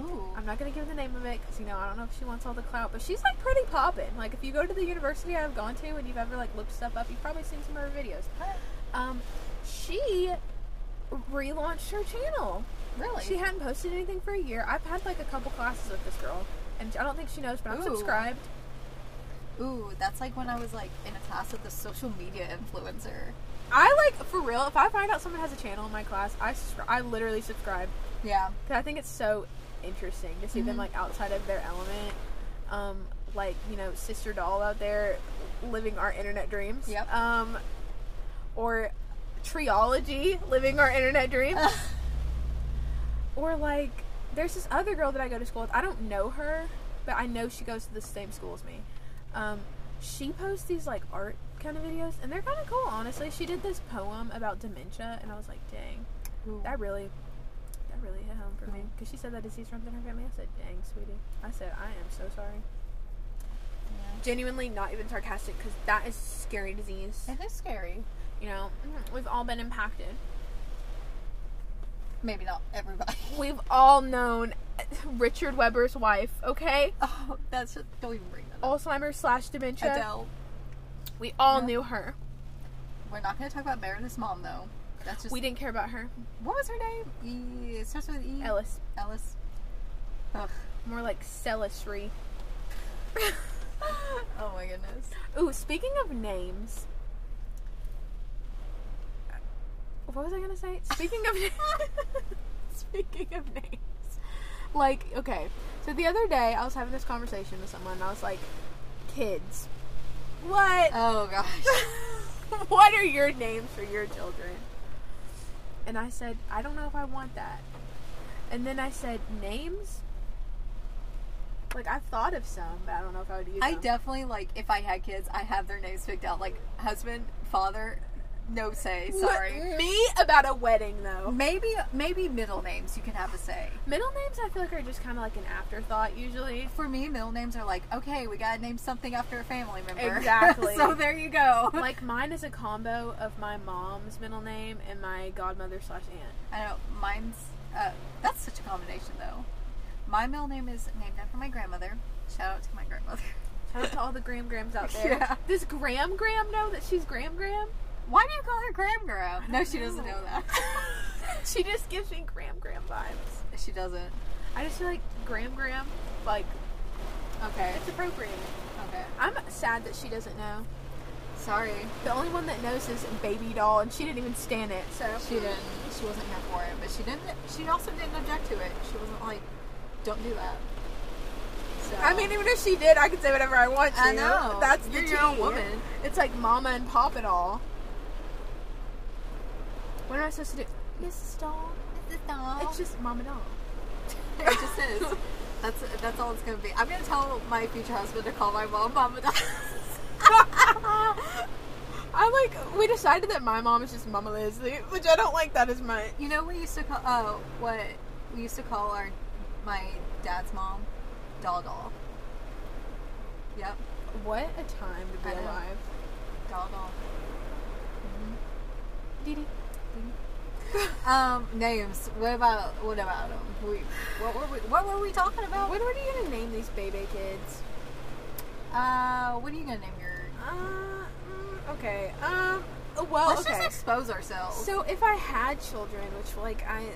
Speaker 1: Ooh.
Speaker 2: I'm not gonna give the name of it because you know I don't know if she wants all the clout, but she's like pretty poppin'. Like if you go to the university I've gone to and you've ever like looked stuff up, you've probably seen some of her videos.
Speaker 1: Huh,
Speaker 2: Um, she relaunched her channel.
Speaker 1: Really?
Speaker 2: She hadn't posted anything for a year. I've had like a couple classes with this girl, and I don't think she knows, but I'm
Speaker 1: Ooh.
Speaker 2: subscribed.
Speaker 1: Ooh, that's like when I was, like, in a class with a social media influencer.
Speaker 2: I like for real. If I find out someone has a channel in my class, I subscri- I literally subscribe.
Speaker 1: Yeah.
Speaker 2: 'Cause I think it's so interesting to see them
Speaker 1: Mhm.
Speaker 2: like outside of their element. Um, like you know, Sister Doll out there living our internet dreams.
Speaker 1: Yep.
Speaker 2: Um, or Triology living our internet dreams. or like, there's this other girl that I go to school with. I don't know her, but I know she goes to the same school as me. Um, she posts these like art kind of videos, and they're kind of cool. Honestly, she did this poem about dementia, and I was like, dang.
Speaker 1: Ooh.
Speaker 2: That really, that really hit home for me. 'Cause me. Because she said that disease runs in her family. I said, dang, sweetie. I said, I am so sorry.
Speaker 1: Yeah.
Speaker 2: Genuinely, not even sarcastic, because that is scary disease.
Speaker 1: It is scary.
Speaker 2: You know, Mm-hmm. we've all been impacted.
Speaker 1: Maybe not everybody.
Speaker 2: We've all known Richard Weber's wife, okay?
Speaker 1: Oh, that's just, don't even bring that up.
Speaker 2: Alzheimer's slash dementia.
Speaker 1: Adele.
Speaker 2: We all
Speaker 1: Yeah.
Speaker 2: knew her.
Speaker 1: We're not going to talk about Meredith's mom though. That's just
Speaker 2: We didn't care about her.
Speaker 1: What was her name? E. It starts with E.
Speaker 2: Ellis.
Speaker 1: Ellis. Ugh.
Speaker 2: More like Celisry.
Speaker 1: Oh my goodness.
Speaker 2: Ooh, speaking of names. What was I gonna say? Speaking of speaking of names. Like, okay. So the other day I was having this conversation with someone and I was like, kids. What?
Speaker 1: Oh gosh.
Speaker 2: what are your names for your children? And I said, I don't know if I want that. And then I said, names? Like, I've thought of some, but I don't know if I would use
Speaker 1: I
Speaker 2: them.
Speaker 1: definitely like if I had kids, I have their names picked out like husband, father, no say. Sorry.
Speaker 2: What- Me about a wedding, though.
Speaker 1: Maybe maybe middle names you can have a say.
Speaker 2: Middle names, I feel like, are just kind of like an afterthought, usually.
Speaker 1: For me, middle names are like, okay, we gotta name something after a family member.
Speaker 2: Exactly.
Speaker 1: so there you go.
Speaker 2: Like, mine is a combo of my mom's middle name and my godmother slash aunt.
Speaker 1: I know mine's. Uh, that's such a combination though. My middle name is named after my grandmother. Shout out to my grandmother.
Speaker 2: Shout out to all the Graham Grahams out there.
Speaker 1: Yeah.
Speaker 2: Does Graham Graham know that she's Graham Graham?
Speaker 1: Why do you call her Gram Gram? No, she doesn't
Speaker 2: know.
Speaker 1: know that.
Speaker 2: She just gives me Graham Graham vibes.
Speaker 1: she doesn't.
Speaker 2: I just feel like Graham Graham, like,
Speaker 1: Okay.
Speaker 2: it's appropriate.
Speaker 1: Okay.
Speaker 2: I'm sad that she doesn't know.
Speaker 1: Sorry.
Speaker 2: The only one that knows is Baby Doll, and she didn't even stand it, so.
Speaker 1: She didn't. She wasn't here for it, but she didn't. She also didn't object to it. She wasn't like, "Don't do that." So
Speaker 2: I mean, even if she did, I could say whatever I want to.
Speaker 1: I know.
Speaker 2: That's the
Speaker 1: You're your own
Speaker 2: tea.
Speaker 1: woman.
Speaker 2: It's like Mama and Pop and all. What am I supposed to do? Mrs. Doll. It's
Speaker 1: it's just,
Speaker 2: just Mama Doll.
Speaker 1: it just is. That's that's all it's gonna be. I'm gonna tell my future husband to call my mom Mama Doll.
Speaker 2: I like. We decided that my mom is just Mama Leslie, which I don't like that as much.
Speaker 1: you know we used to call oh what we used to call our my dad's mom Doll Doll. Yep,
Speaker 2: What a time to
Speaker 1: I
Speaker 2: be
Speaker 1: know.
Speaker 2: alive.
Speaker 1: Doll Doll.
Speaker 2: Didi.
Speaker 1: Um, names. What about what about them? We what were we what were we talking about?
Speaker 2: What, what are you gonna name these baby kids?
Speaker 1: Uh, what are you gonna name your?
Speaker 2: Uh, mm, okay. Um, well,
Speaker 1: Let's
Speaker 2: okay.
Speaker 1: just expose ourselves.
Speaker 2: so if I had children, which like I,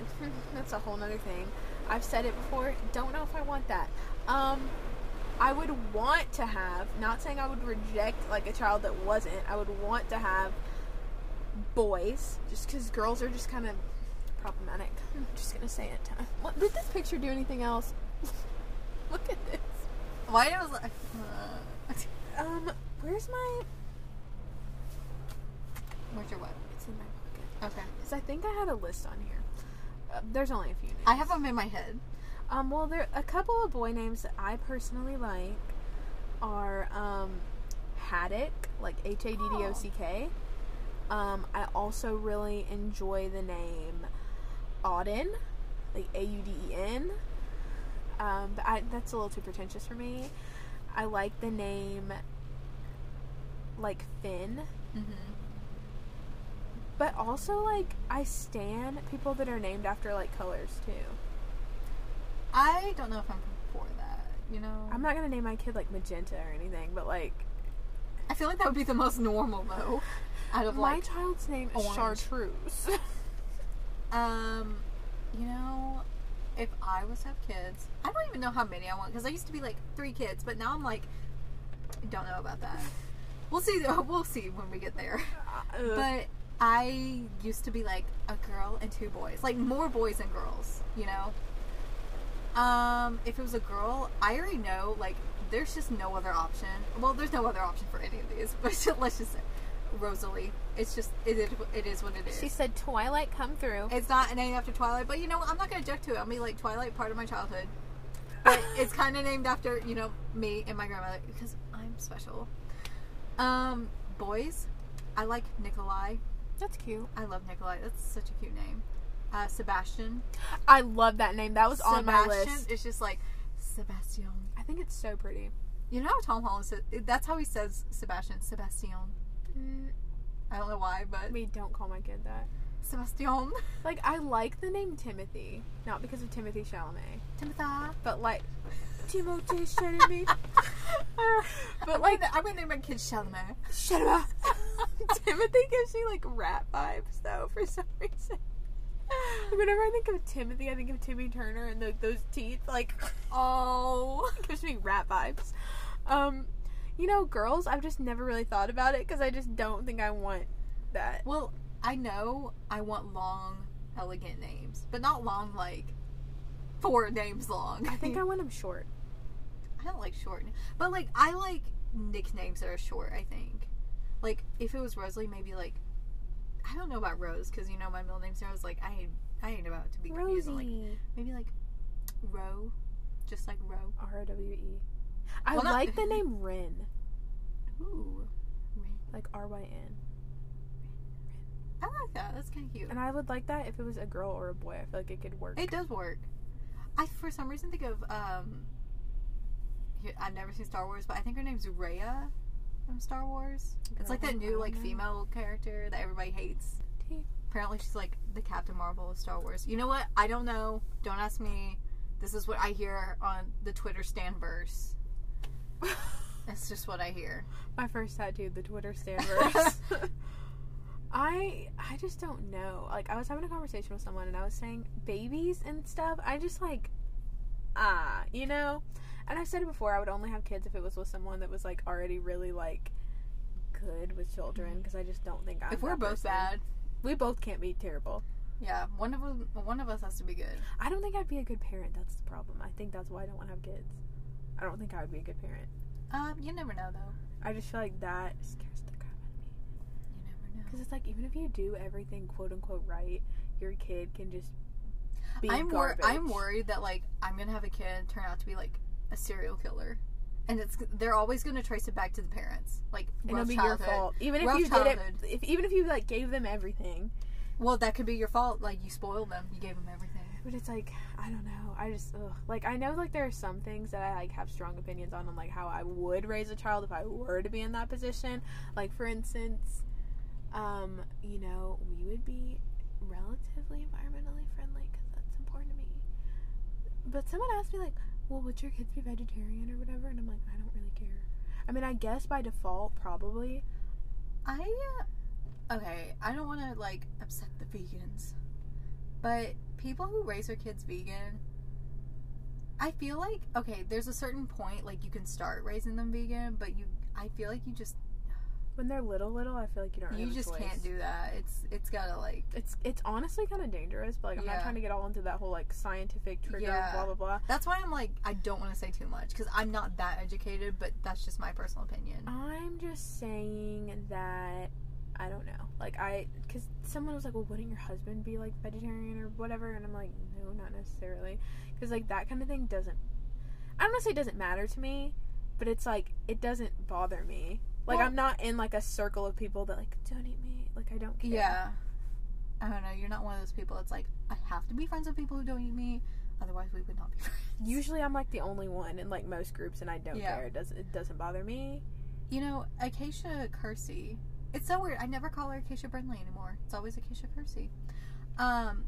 Speaker 2: that's a whole nother thing. I've said it before. Don't know if I want that. Um, I would want to have. Not saying I would reject like a child that wasn't. I would want to have boys, just because girls are just kind of problematic. I'm just gonna say it. What, did this picture do anything else? Look at this.
Speaker 1: Why was like, uh,
Speaker 2: Um, where's my?
Speaker 1: where's your what?
Speaker 2: It's in my pocket.
Speaker 1: Okay,
Speaker 2: Cause I think I had a list on here. Uh, there's only a few names.
Speaker 1: I have them in my head.
Speaker 2: Um, well, there a couple of boy names that I personally like are um, Haddock, like H A D D O C K. Um, I also really enjoy the name Auden, like A U D E N. Um, but I, that's a little too pretentious for me. I like the name like Finn.
Speaker 1: Mm-hmm.
Speaker 2: But also, like, I stan people that are named after, like, colors, too.
Speaker 1: I don't know if I'm for that. You know,
Speaker 2: I'm not gonna name my kid, like, magenta or anything, but, like,
Speaker 1: I feel like that would be the most normal though. Out of
Speaker 2: my
Speaker 1: like,
Speaker 2: child's name is
Speaker 1: orange.
Speaker 2: Chartreuse.
Speaker 1: um, you know, if I was to have kids, I don't even know how many I want because I used to be like three kids, but now I'm like, don't know about that. We'll see. though. We'll see when we get there.
Speaker 2: but
Speaker 1: But I used to be like a girl and two boys, like more boys than girls, you know. Um, if it was a girl, I already know like there's just no other option. Well, there's no other option for any of these, but let's just say Rosalie. It's just it is it is what it is.
Speaker 2: she said, Twilight, come through.
Speaker 1: it's not named after Twilight, but you know what? I'm not gonna object to it. I'll be like Twilight, part of my childhood. But it's kind of named after you know me and my grandmother because I'm special. Um, boys, I like Nikolai.
Speaker 2: That's cute.
Speaker 1: I love Nikolai. That's such a cute name. Uh, Sebastian.
Speaker 2: I love that name. That was on my list.
Speaker 1: It's just like Sebastian.
Speaker 2: I think it's so pretty.
Speaker 1: You know how Tom Holland says that's how he says Sebastian. Sebastian. I don't know why, but
Speaker 2: Mm, We don't call my kid that.
Speaker 1: Sebastian.
Speaker 2: Like, I like the name Timothy. Not because of Timothy Chalamet,
Speaker 1: Timothy.
Speaker 2: but, like, Timothée Chalamet.
Speaker 1: But like, I'm gonna name my kid Chalamet.
Speaker 2: Shut up. Timothy gives me like rap vibes though for some reason. Whenever I think of Timothy, I think of Timmy Turner and tho- those teeth. Like, oh, gives me rap vibes. Um, you know, girls, I've just never really thought about it because I just don't think I want that.
Speaker 1: Well, I know I want long, elegant names, but not long like four names long.
Speaker 2: I think I want them short.
Speaker 1: I don't like short, but like I like nicknames that are short. I think, like if it was Rosalie, maybe like I don't know about Rose because you know my middle name's Rose. Like I ain't, I ain't about to be confused. and, Like
Speaker 2: Rosie.
Speaker 1: maybe like Roe, just like Roe.
Speaker 2: R O W E. I
Speaker 1: Well, not-
Speaker 2: like the name Rin.
Speaker 1: Ooh,
Speaker 2: Like R Y N.
Speaker 1: I like that. That's kind of cute.
Speaker 2: And I would like that if it was a girl or a boy. I feel like it could work.
Speaker 1: It does work. I for some reason think of um. here- I've never seen Star Wars, but I think her name's Raya from Star Wars. It's like that
Speaker 2: Raya,
Speaker 1: new like
Speaker 2: Raya.
Speaker 1: female character that everybody hates.
Speaker 2: Tea.
Speaker 1: Apparently, she's like the Captain Marvel of Star Wars. You know what? I don't know. Don't ask me. This is what I hear on the Twitter Stanverse. That's just what I hear.
Speaker 2: My first tattoo, the Twitter stammers. I I just don't know. Like I was having a conversation with someone and I was saying babies and stuff. I just like ah, you know. And I've said it before. I would only have kids if it was with someone that was like already really like good with children because I just don't think I'm.
Speaker 1: Mm-hmm. if we're
Speaker 2: that
Speaker 1: both
Speaker 2: person.
Speaker 1: bad,
Speaker 2: we both can't be terrible.
Speaker 1: yeah, one of them, one of us has to be good.
Speaker 2: I don't think I'd be a good parent. That's the problem. I think that's why I don't want to have kids. I don't think I would be a good parent.
Speaker 1: Um, you never know though.
Speaker 2: I just feel like that scares the crap out of me.
Speaker 1: You never know.
Speaker 2: Because it's like even if you do everything quote unquote right, your kid can just be
Speaker 1: I'm wor-
Speaker 2: garbage.
Speaker 1: I'm worried that like I'm gonna have a kid and turn out to be like a serial killer, and it's they're always gonna trace it back to the parents. Like
Speaker 2: And
Speaker 1: rough
Speaker 2: It'll be
Speaker 1: childhood.
Speaker 2: your fault. Even if
Speaker 1: Rough
Speaker 2: you
Speaker 1: childhood.
Speaker 2: did it, if even if you like gave them everything,
Speaker 1: Well, that could be your fault. Like you spoiled them. You gave them everything.
Speaker 2: but it's like I don't know. I just ugh. like I know like there are some things that I like have strong opinions on, on like how I would raise a child if I were to be in that position. Like for instance, um, you know, we would be relatively environmentally friendly because that's important to me. But someone asked me like, "Well, would your kids be vegetarian or whatever?" And I'm like, I don't really care. I mean, I guess by default, probably.
Speaker 1: I uh, okay. I don't want to like upset the vegans, but people who raise their kids vegan, I feel like okay. There's a certain point like you can start raising them vegan, but you. I feel like you just
Speaker 2: When they're little, little, I feel like you don't. really
Speaker 1: you
Speaker 2: have a
Speaker 1: just
Speaker 2: choice.
Speaker 1: can't do that. It's it's gotta like
Speaker 2: It's it's honestly kind of dangerous, but like I'm
Speaker 1: Yeah.
Speaker 2: not trying to get all into that whole like scientific trigger,
Speaker 1: Yeah.
Speaker 2: blah blah blah.
Speaker 1: That's why I'm like I don't want to say too much because I'm not that educated, but that's just my personal opinion.
Speaker 2: I'm just saying that I don't know. Like I, because someone was like, "Well, wouldn't your husband be like vegetarian or whatever?" And I'm like, "No, not necessarily," because like that kind of thing doesn't. I'm gonna say it doesn't matter to me, but it's like it doesn't bother me. Like
Speaker 1: Well-
Speaker 2: I'm not in like a circle of people that like don't eat meat. Like I don't care.
Speaker 1: Yeah, I don't know. You're not one of those people. that's like I have to be friends with people who don't eat meat, otherwise we would not be friends.
Speaker 2: Usually I'm like the only one in like most groups, and I don't
Speaker 1: Yeah.
Speaker 2: care. It doesn't it doesn't bother me.
Speaker 1: You know, Acacia Kersey. It's so weird. I never call her Acacia Brindley anymore. It's always Acacia Kersey. Um,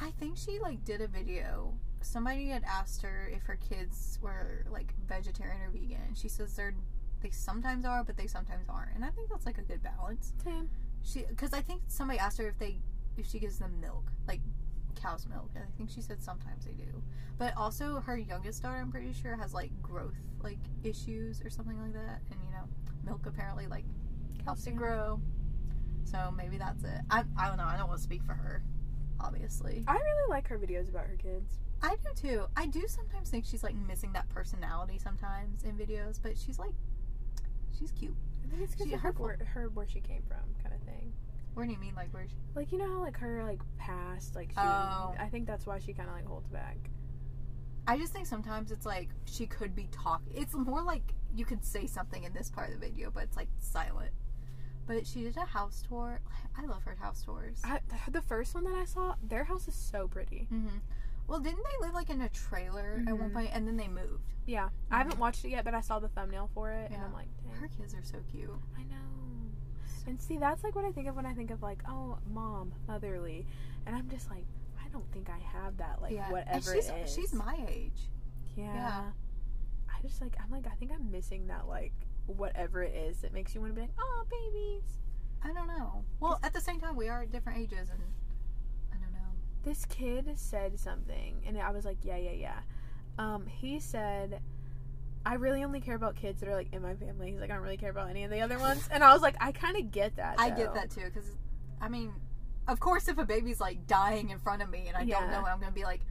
Speaker 1: I think she like did a video. Somebody had asked her if her kids were like vegetarian or vegan. and She says they're they sometimes are, but they sometimes aren't. And I think that's like a good balance.
Speaker 2: Same.
Speaker 1: She because I think somebody asked her if they if she gives them milk like cow's milk, and I think she said sometimes they do. But also her youngest daughter, I'm pretty sure, has like growth like issues or something like that, and you know, milk apparently like helps to
Speaker 2: Calcium.
Speaker 1: grow. So maybe that's it. I I don't know. I don't want to speak for her, obviously.
Speaker 2: I really like her videos about her kids.
Speaker 1: I do too. I do sometimes think she's like missing that personality sometimes in videos, but she's like, she's cute.
Speaker 2: I think it's because
Speaker 1: She-
Speaker 2: you
Speaker 1: her
Speaker 2: heard where, heard where she came from, kind of thing.
Speaker 1: What do you mean? Like where? She,
Speaker 2: Like you know how like her like past like she.
Speaker 1: Oh.
Speaker 2: I think that's why she kind of like holds back.
Speaker 1: I just think sometimes it's like she could be talking. It's more like you could say something in this part of the video, but it's like silent. But she did a house tour. I love her house tours.
Speaker 2: I, the first one that I saw, their house is so pretty.
Speaker 1: hmm Well, didn't they live like in a trailer at one
Speaker 2: Mhm.
Speaker 1: point, and then they moved?
Speaker 2: Yeah, I haven't watched it yet, but I saw the thumbnail for it, and
Speaker 1: Yeah.
Speaker 2: I'm like,
Speaker 1: Her
Speaker 2: Dang,
Speaker 1: kids are so cute.
Speaker 2: I know. And see, that's like what I think of when I think of like, oh, mom, motherly, and I'm just like, I don't think I have that. Like
Speaker 1: yeah,
Speaker 2: whatever
Speaker 1: and she's
Speaker 2: it is.
Speaker 1: she's my age.
Speaker 2: Yeah.
Speaker 1: yeah.
Speaker 2: just like I'm like I think I'm missing that like whatever it is that makes you want to be like oh babies.
Speaker 1: I don't know. Well, at the same time, we are at different ages, and I don't know.
Speaker 2: This kid said something and I was like yeah yeah yeah. Um, he said. I really only care about kids that are like in my family. He's like, I don't really care about any of the other ones. And I was like, I kind of get that.
Speaker 1: I get
Speaker 2: though.
Speaker 1: that too, because I mean, of course, if a baby's like dying in front of me and I
Speaker 2: Yeah.
Speaker 1: don't know, it, I'm gonna be like,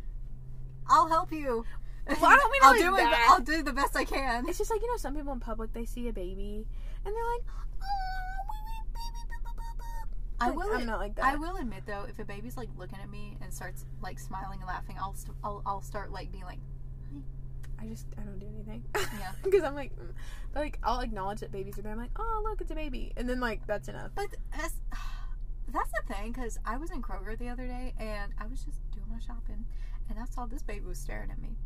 Speaker 1: "I'll help you."
Speaker 2: Well, I don't mean it
Speaker 1: I'll
Speaker 2: like
Speaker 1: do
Speaker 2: that.
Speaker 1: it. I'll do the best I can.
Speaker 2: It's just like you know, some people in public they see a baby and they're like, oh, wee wee baby, boo, boo, boo, boo."
Speaker 1: I
Speaker 2: Like,
Speaker 1: will.
Speaker 2: I'm not like that.
Speaker 1: I will admit though, if a baby's like looking at me and starts like smiling and laughing, I'll st- I'll, I'll start like being like,
Speaker 2: I just I don't do anything.
Speaker 1: Yeah.
Speaker 2: because I'm like, mm. but like I'll acknowledge that babies are there. I'm like, oh look, it's a baby, and then like that's enough.
Speaker 1: but that's, that's the thing because I was in Kroger the other day and I was just doing my shopping and I saw this baby was staring at me.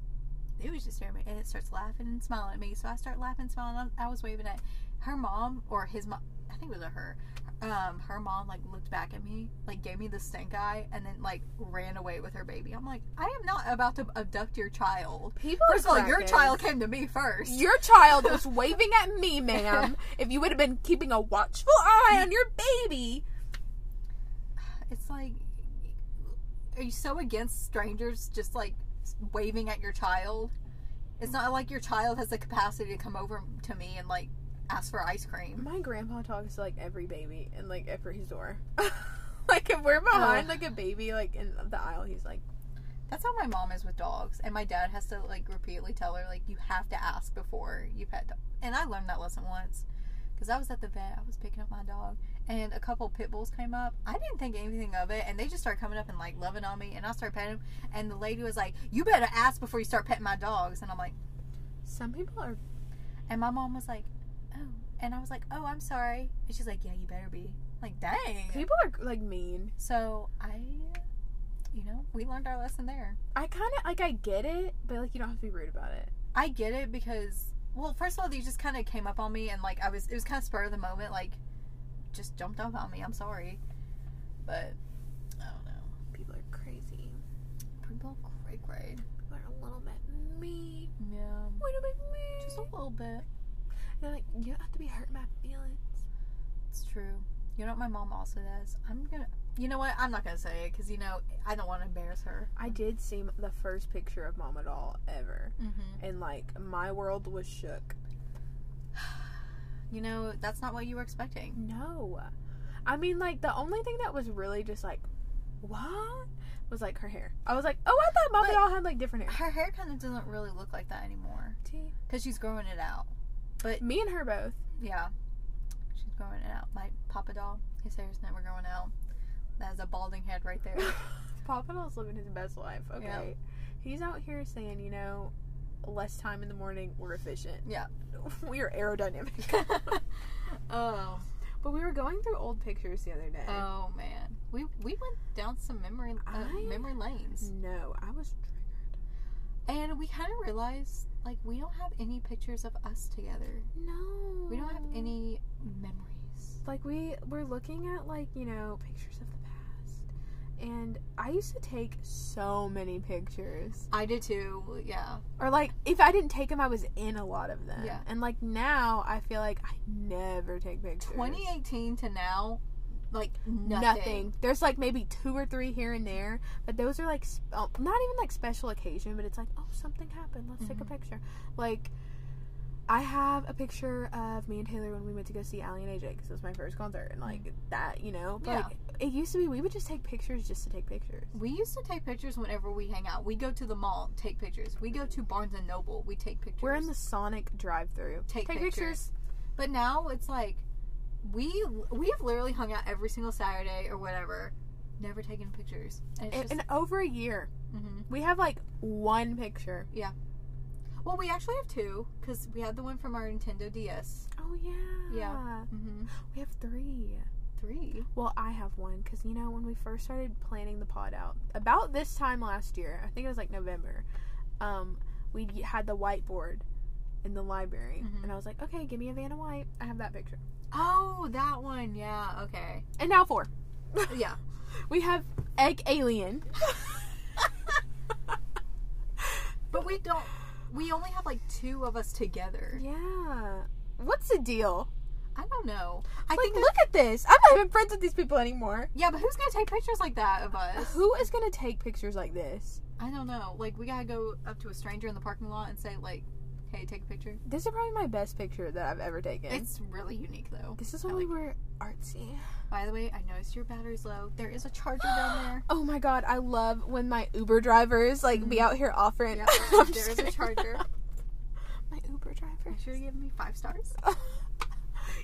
Speaker 1: It was just staring at me and it starts laughing and smiling at me. So I start laughing, smiling. I, I was waving at her mom or his mom. I think it was a her. Um, her mom like looked back at me, like gave me the stink eye, and then like ran away with her baby. I'm like, I am not about to abduct your child.
Speaker 2: People,
Speaker 1: First of
Speaker 2: are
Speaker 1: all, your
Speaker 2: crackheads.
Speaker 1: child came to me first.
Speaker 2: Your child was waving at me, ma'am. if you would have been keeping a watchful eye on your baby,
Speaker 1: It's like, are you so against strangers just like waving at your child? It's not like your child has the capacity to come over to me and like ask for ice cream.
Speaker 2: my grandpa talks to like every baby and like at his door. like if we're behind
Speaker 1: Ugh.
Speaker 2: like a baby like in the aisle, he's like,
Speaker 1: That's how my mom is with dogs, and my dad has to like repeatedly tell her like you have to ask before you pet. Dog. And I learned that lesson once because I was at the vet. I was picking up my dog, and a couple pit bulls came up. I didn't think anything of it, and they just started coming up and like loving on me, and I started petting them. And the lady was like, "You better ask before you start petting my dogs," and I'm like.
Speaker 2: some people are
Speaker 1: And my mom was like, "Oh," and I was like, "Oh, I'm sorry." And she's like, "Yeah, you better be." Like, dang.
Speaker 2: people are like mean.
Speaker 1: So I, you know, we learned our lesson there.
Speaker 2: I kind of like I get it, but like you don't have to be rude about it.
Speaker 1: I get it because, well, first of all, they just kind of came up on me, and like I was, it was kind of spur of the moment, like just jumped up on me. I'm sorry, but I don't know.
Speaker 2: People are crazy.
Speaker 1: People great grade.
Speaker 2: People are a little bit mean.
Speaker 1: Yeah,
Speaker 2: Wait a bit mean.
Speaker 1: just a little bit.
Speaker 2: They're like you don't have to be hurting my feelings.
Speaker 1: It's true. You know what my mom also does? I'm gonna. You know what? I'm not gonna say it because you know I don't want to embarrass her.
Speaker 2: I did see m- the first picture of mom at all ever,
Speaker 1: Mm-hmm.
Speaker 2: and like my world was shook.
Speaker 1: You know, that's not what you were expecting.
Speaker 2: No, I mean like the only thing that was really just like what was like her hair. I was like, oh, I thought mom
Speaker 1: But-
Speaker 2: at all had like different hair.
Speaker 1: Her hair kind of doesn't really look like that anymore
Speaker 2: See?
Speaker 1: because she's growing it out.
Speaker 2: Me and her both.
Speaker 1: Yeah, she's growing it out. My Papa doll, his hair's never growing out. That's a balding head right there.
Speaker 2: Papa's living his best life. Okay.
Speaker 1: Yeah.
Speaker 2: He's out here saying, you know, less time in the morning, we're efficient.
Speaker 1: Yeah.
Speaker 2: we are aerodynamic.
Speaker 1: oh,
Speaker 2: but we were going through old pictures the other day.
Speaker 1: oh man, we we went down some memory uh,
Speaker 2: I-
Speaker 1: memory lanes,
Speaker 2: no, I was triggered.
Speaker 1: and we kind of realized like we don't have any pictures of us together.
Speaker 2: No.
Speaker 1: We don't have any memories.
Speaker 2: Like we were looking at like, you know, pictures of the past. And I used to take so many pictures.
Speaker 1: I did too. Yeah,
Speaker 2: Or like if I didn't take them, I was in a lot of them.
Speaker 1: Yeah.
Speaker 2: And like now I feel like I never take pictures.
Speaker 1: 2018 to now, like
Speaker 2: nothing.
Speaker 1: nothing.
Speaker 2: There's like maybe two or three here and there, but those are like sp- oh, not even like special occasion, but it's like oh something happened, let's take
Speaker 1: Mm-hmm.
Speaker 2: a picture. Like I have a picture of me and Taylor when we went to go see Ali and AJ because it was my first concert, and like that, you know. But
Speaker 1: Mm. Yeah.
Speaker 2: like, it used to be we would just take pictures just to take pictures.
Speaker 1: We used to take pictures whenever we hang out. We go to the mall, take pictures. We go to Barnes and Noble, we take pictures.
Speaker 2: We're in the Sonic drive-through.
Speaker 1: Take pictures. but now it's like we we have literally hung out every single Saturday or whatever, never taken pictures. And it's
Speaker 2: In,
Speaker 1: just,
Speaker 2: in over a year,
Speaker 1: Mhm.
Speaker 2: we have like one picture.
Speaker 1: well, we actually have two because we had the one from our Nintendo DS.
Speaker 2: Oh yeah,
Speaker 1: Yeah. Mm-hmm.
Speaker 2: We have three.
Speaker 1: Three.
Speaker 2: Well, I have one because you know when we first started planning the pod out about this time last year, I think it was like November. Um, we d- had the whiteboard in the library,
Speaker 1: Mhm.
Speaker 2: and I was like, "Okay, give me a Vanna White." I have that picture,
Speaker 1: Oh, that one. Yeah. Okay.
Speaker 2: and now four.
Speaker 1: Yeah.
Speaker 2: We have Egg Alien.
Speaker 1: but we don't. we only have like two of us together.
Speaker 2: Yeah. What's the deal?
Speaker 1: I don't know. I
Speaker 2: like,
Speaker 1: think that-
Speaker 2: look at this. I'm not even friends with these people anymore.
Speaker 1: yeah, but who's gonna take pictures like that of us?
Speaker 2: Who is gonna take pictures like this?
Speaker 1: I don't know. Like we gotta go up to a stranger in the parking lot and say like, "Hey, take a picture."
Speaker 2: This is probably my best picture that I've ever taken.
Speaker 1: It's really unique though.
Speaker 2: this is when
Speaker 1: I
Speaker 2: we
Speaker 1: like
Speaker 2: were artsy.
Speaker 1: By the way, I noticed your battery's low. There is a charger down there.
Speaker 2: Oh my god, I love when my Uber drivers like be
Speaker 1: Mhm.
Speaker 2: out here offering.
Speaker 1: Yep,
Speaker 2: I'm just
Speaker 1: there is a
Speaker 2: kidding.
Speaker 1: charger.
Speaker 2: my Uber driver.
Speaker 1: Make sure you give me five stars.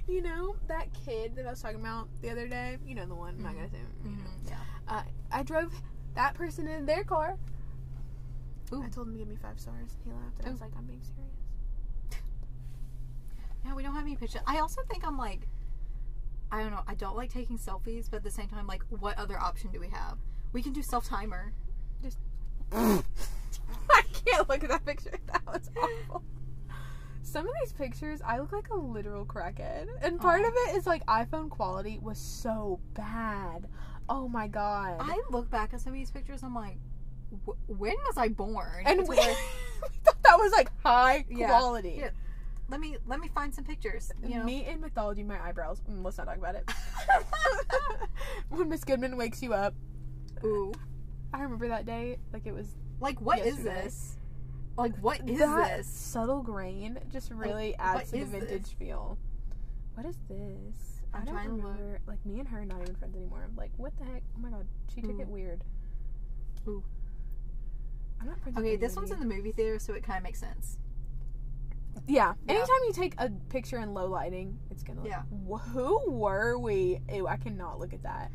Speaker 2: you know that kid that I was talking about the other day. You know the one. I'm not
Speaker 1: Mm-hmm.
Speaker 2: gonna say. You know.
Speaker 1: Yeah.
Speaker 2: Uh, I drove that person in their car.
Speaker 1: Ooh. Oh.
Speaker 2: I told him to give me five stars. He laughed, and I was
Speaker 1: Ooh.
Speaker 2: like, "I'm being serious."
Speaker 1: Yeah, we don't have any pictures. I also think I'm like, I don't know. I don't like taking selfies, but at the same time, like, what other option do we have? We can do self timer.
Speaker 2: I can't look at that picture. That was awful. Some of these pictures, I look like a literal crackhead. And part
Speaker 1: Aw.
Speaker 2: of it is like iPhone quality was so bad. Oh my god.
Speaker 1: I look back at some of these pictures. I'm like, wh- when was I born?
Speaker 2: and
Speaker 1: To
Speaker 2: we, we
Speaker 1: where-
Speaker 2: thought that was like high
Speaker 1: Yeah.
Speaker 2: quality.
Speaker 1: Yeah. let me let me find some pictures. You know,
Speaker 2: Me in mythology, my eyebrows. Mm, let's not talk about it. when Miss Goodman wakes you up,
Speaker 1: ooh,
Speaker 2: I remember that day like it was
Speaker 1: like what is
Speaker 2: Yesterday.
Speaker 1: this? Like what is
Speaker 2: that
Speaker 1: this?
Speaker 2: subtle grain just really
Speaker 1: what
Speaker 2: adds to the
Speaker 1: is this?
Speaker 2: vintage feel. What is this?
Speaker 1: I'm
Speaker 2: I'm I do not
Speaker 1: trying to look.
Speaker 2: remember. Like me and her are not even friends anymore. I'm like, what the heck? Oh my god, she took it
Speaker 1: Ooh.
Speaker 2: weird.
Speaker 1: Mm. Ooh.
Speaker 2: I'm not friends.
Speaker 1: Okay,
Speaker 2: with
Speaker 1: this one's in the movie theater, so it kind of makes sense.
Speaker 2: the yeah.
Speaker 1: Yeah.
Speaker 2: Anytime you take a picture in low lighting, it's gonna. Look,
Speaker 1: Yeah.
Speaker 2: Wh- Who were we? Ew, I cannot look at that.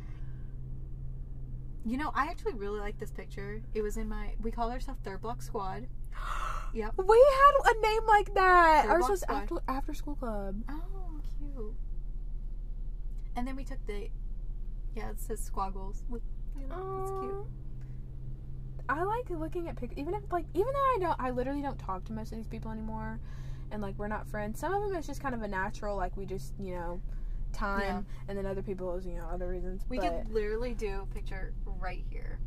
Speaker 1: You know, I actually really like this picture. It was in my we call ourselves Third Block Squad. Yep.
Speaker 2: We had a name like that.
Speaker 1: Third
Speaker 2: Ours
Speaker 1: Block
Speaker 2: was
Speaker 1: Squad.
Speaker 2: after after school club.
Speaker 1: Oh, cute. And then we took the yeah, it says squaggles. Look, you know, it's cute.
Speaker 2: Aw. Um, I like looking at pictures, even if like even though I don't, I literally don't talk to most of these people anymore, and like we're not friends. Some of them it's just kind of a natural, like we just you know, time, and then other people is you know other reasons.
Speaker 1: We
Speaker 2: but
Speaker 1: could literally do a picture right here.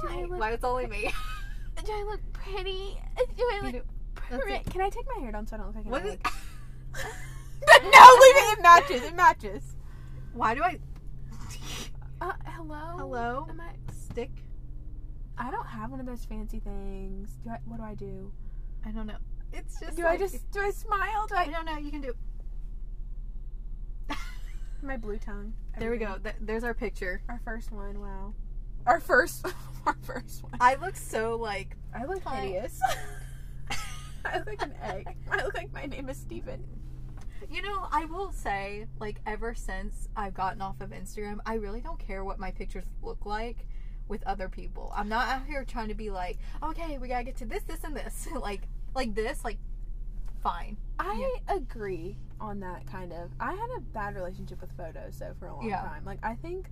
Speaker 2: Do I
Speaker 1: Hi.
Speaker 2: look-
Speaker 1: Why it's only me.
Speaker 2: do I look pretty? Do I
Speaker 1: You do- that's
Speaker 2: pretty?
Speaker 1: it.
Speaker 2: Can I take my hair down so I don't look like an
Speaker 1: What is
Speaker 2: idiot? no, leave it. It matches. It matches.
Speaker 1: Why do I
Speaker 2: Uh, hello.
Speaker 1: Hello?
Speaker 2: Am I?
Speaker 1: stick?
Speaker 2: I don't have one of those fancy things. Do I? What do I do?
Speaker 1: I don't know. It's just
Speaker 2: do I
Speaker 1: like-
Speaker 2: just? Do I smile? Do
Speaker 1: I
Speaker 2: I?
Speaker 1: don't know, you can do
Speaker 2: My blue tongue.
Speaker 1: There we
Speaker 2: Everything.
Speaker 1: go. Th- there's our picture.
Speaker 2: Our first one, wow. Our first, our first one.
Speaker 1: I look so like
Speaker 2: I look
Speaker 1: Hi.
Speaker 2: hideous. I look like an egg. I look like my name is Steven.
Speaker 1: You know, I will say, like, ever since I've gotten off of Instagram, I really don't care what my pictures look like with other people. I'm not out here trying to be like, okay, we gotta get to this, this, and this. like, like this, like, fine.
Speaker 2: I agree on that kind of. I had a bad relationship with photos though for a long
Speaker 1: Yeah.
Speaker 2: time. Like I think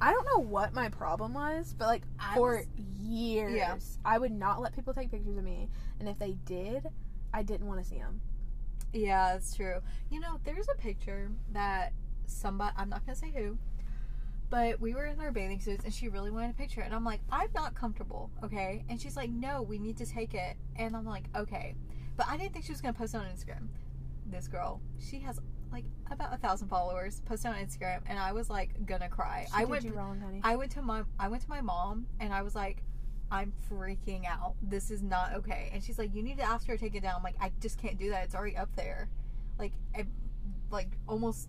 Speaker 2: I don't know what my problem was, but like
Speaker 1: I
Speaker 2: for
Speaker 1: was-
Speaker 2: years
Speaker 1: Yeah.
Speaker 2: I would not let people take pictures of me, and if they did, I didn't want to see them.
Speaker 1: Yeah, that's true. You know, there's a picture that somebody, I'm not gonna say who, but we were in our bathing suits and she really wanted a picture. And I'm like, I'm not comfortable, okay? And she's like, no, we need to take it. And I'm like, okay. But I didn't think she was gonna post it on Instagram. This girl, she has like about a thousand followers, posted on Instagram, and I was like gonna cry. I
Speaker 2: did
Speaker 1: went,
Speaker 2: you wrong, honey.
Speaker 1: I went to my, I went to my mom, and I was like, I'm freaking out. This is not okay. And she's like, you need to ask her to take it down. I'm like, I just can't do that. It's already up there. Like, I, like almost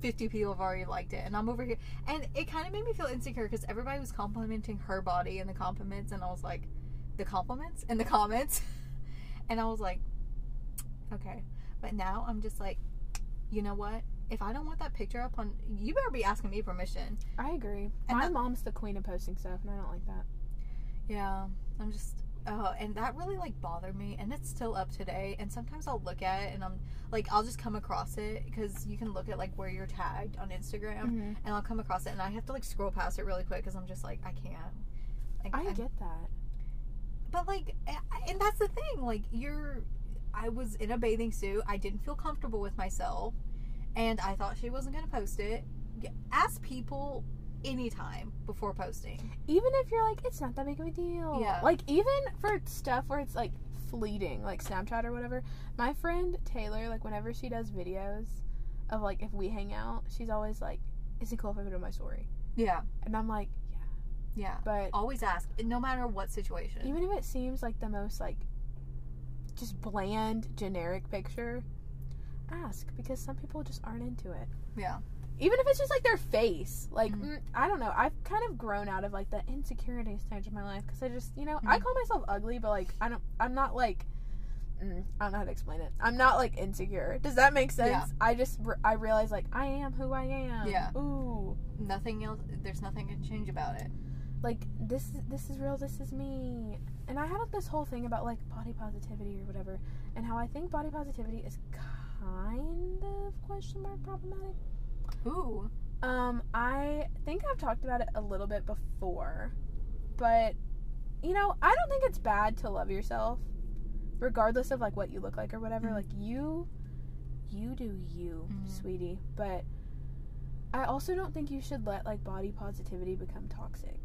Speaker 1: 50 people have already liked it, and I'm over here. And it kind of made me feel insecure because everybody was complimenting her body in the compliments, and I was like, the compliments in the comments, and I was like, okay. But now I'm just like, you know what? If I don't want that picture up on, you better be asking me permission.
Speaker 2: I agree.
Speaker 1: And
Speaker 2: my
Speaker 1: I-
Speaker 2: mom's the queen of posting stuff, and I don't like that.
Speaker 1: Yeah, I'm just oh, and that really like bothered me, and it's still up today. And sometimes I'll look at it, and I'm like, I'll just come across it because you can look at like where you're tagged on Instagram,
Speaker 2: Mm-hmm.
Speaker 1: and I'll come across it, and I have to like scroll past it really quick because I'm just like, I can't. Like,
Speaker 2: I
Speaker 1: I'm-
Speaker 2: get that.
Speaker 1: but like, eh, I- and that's the thing, like you're. I was in a bathing suit. I didn't feel comfortable with myself, and I thought she wasn't gonna post it. Yeah, Ask people anytime before posting.
Speaker 2: even if you're like it's not that big of a deal
Speaker 1: Yeah.
Speaker 2: like even for stuff where it's like fleeting, like Snapchat or whatever. My friend Taylor, like whenever she does videos of like if we hang out, she's always like, "Is it cool if I put it on my story?"
Speaker 1: Yeah.
Speaker 2: And I'm like, "Yeah,"
Speaker 1: Yeah.
Speaker 2: but
Speaker 1: Always ask, no matter what situation.
Speaker 2: even if it seems like the most like just bland, generic picture, ask because some people just aren't into it.
Speaker 1: yeah.
Speaker 2: even if it's just like their face like
Speaker 1: Mhm.
Speaker 2: mm, i don't know i've kind of grown out of like the insecurity stage of my life because i just you know i
Speaker 1: Mhm.
Speaker 2: call myself ugly but like i don't i'm not like mm, i don't know how to explain it i'm not like insecure does that make sense
Speaker 1: Yeah.
Speaker 2: i just re- i realize like i am who i am
Speaker 1: Yeah.
Speaker 2: ooh
Speaker 1: Nothing else. There's nothing to change about it.
Speaker 2: like this this is real this is me and i had like, this whole thing about like body positivity or whatever and how i think body positivity is kind of question mark problematic
Speaker 1: Ooh.
Speaker 2: Um, I think I've talked about it a little bit before, but you know, I don't think it's bad to love yourself, regardless of like what you look like or whatever.
Speaker 1: Mhm.
Speaker 2: Like you, you do you,
Speaker 1: Mhm.
Speaker 2: sweetie. But I also don't think you should let like body positivity become toxic,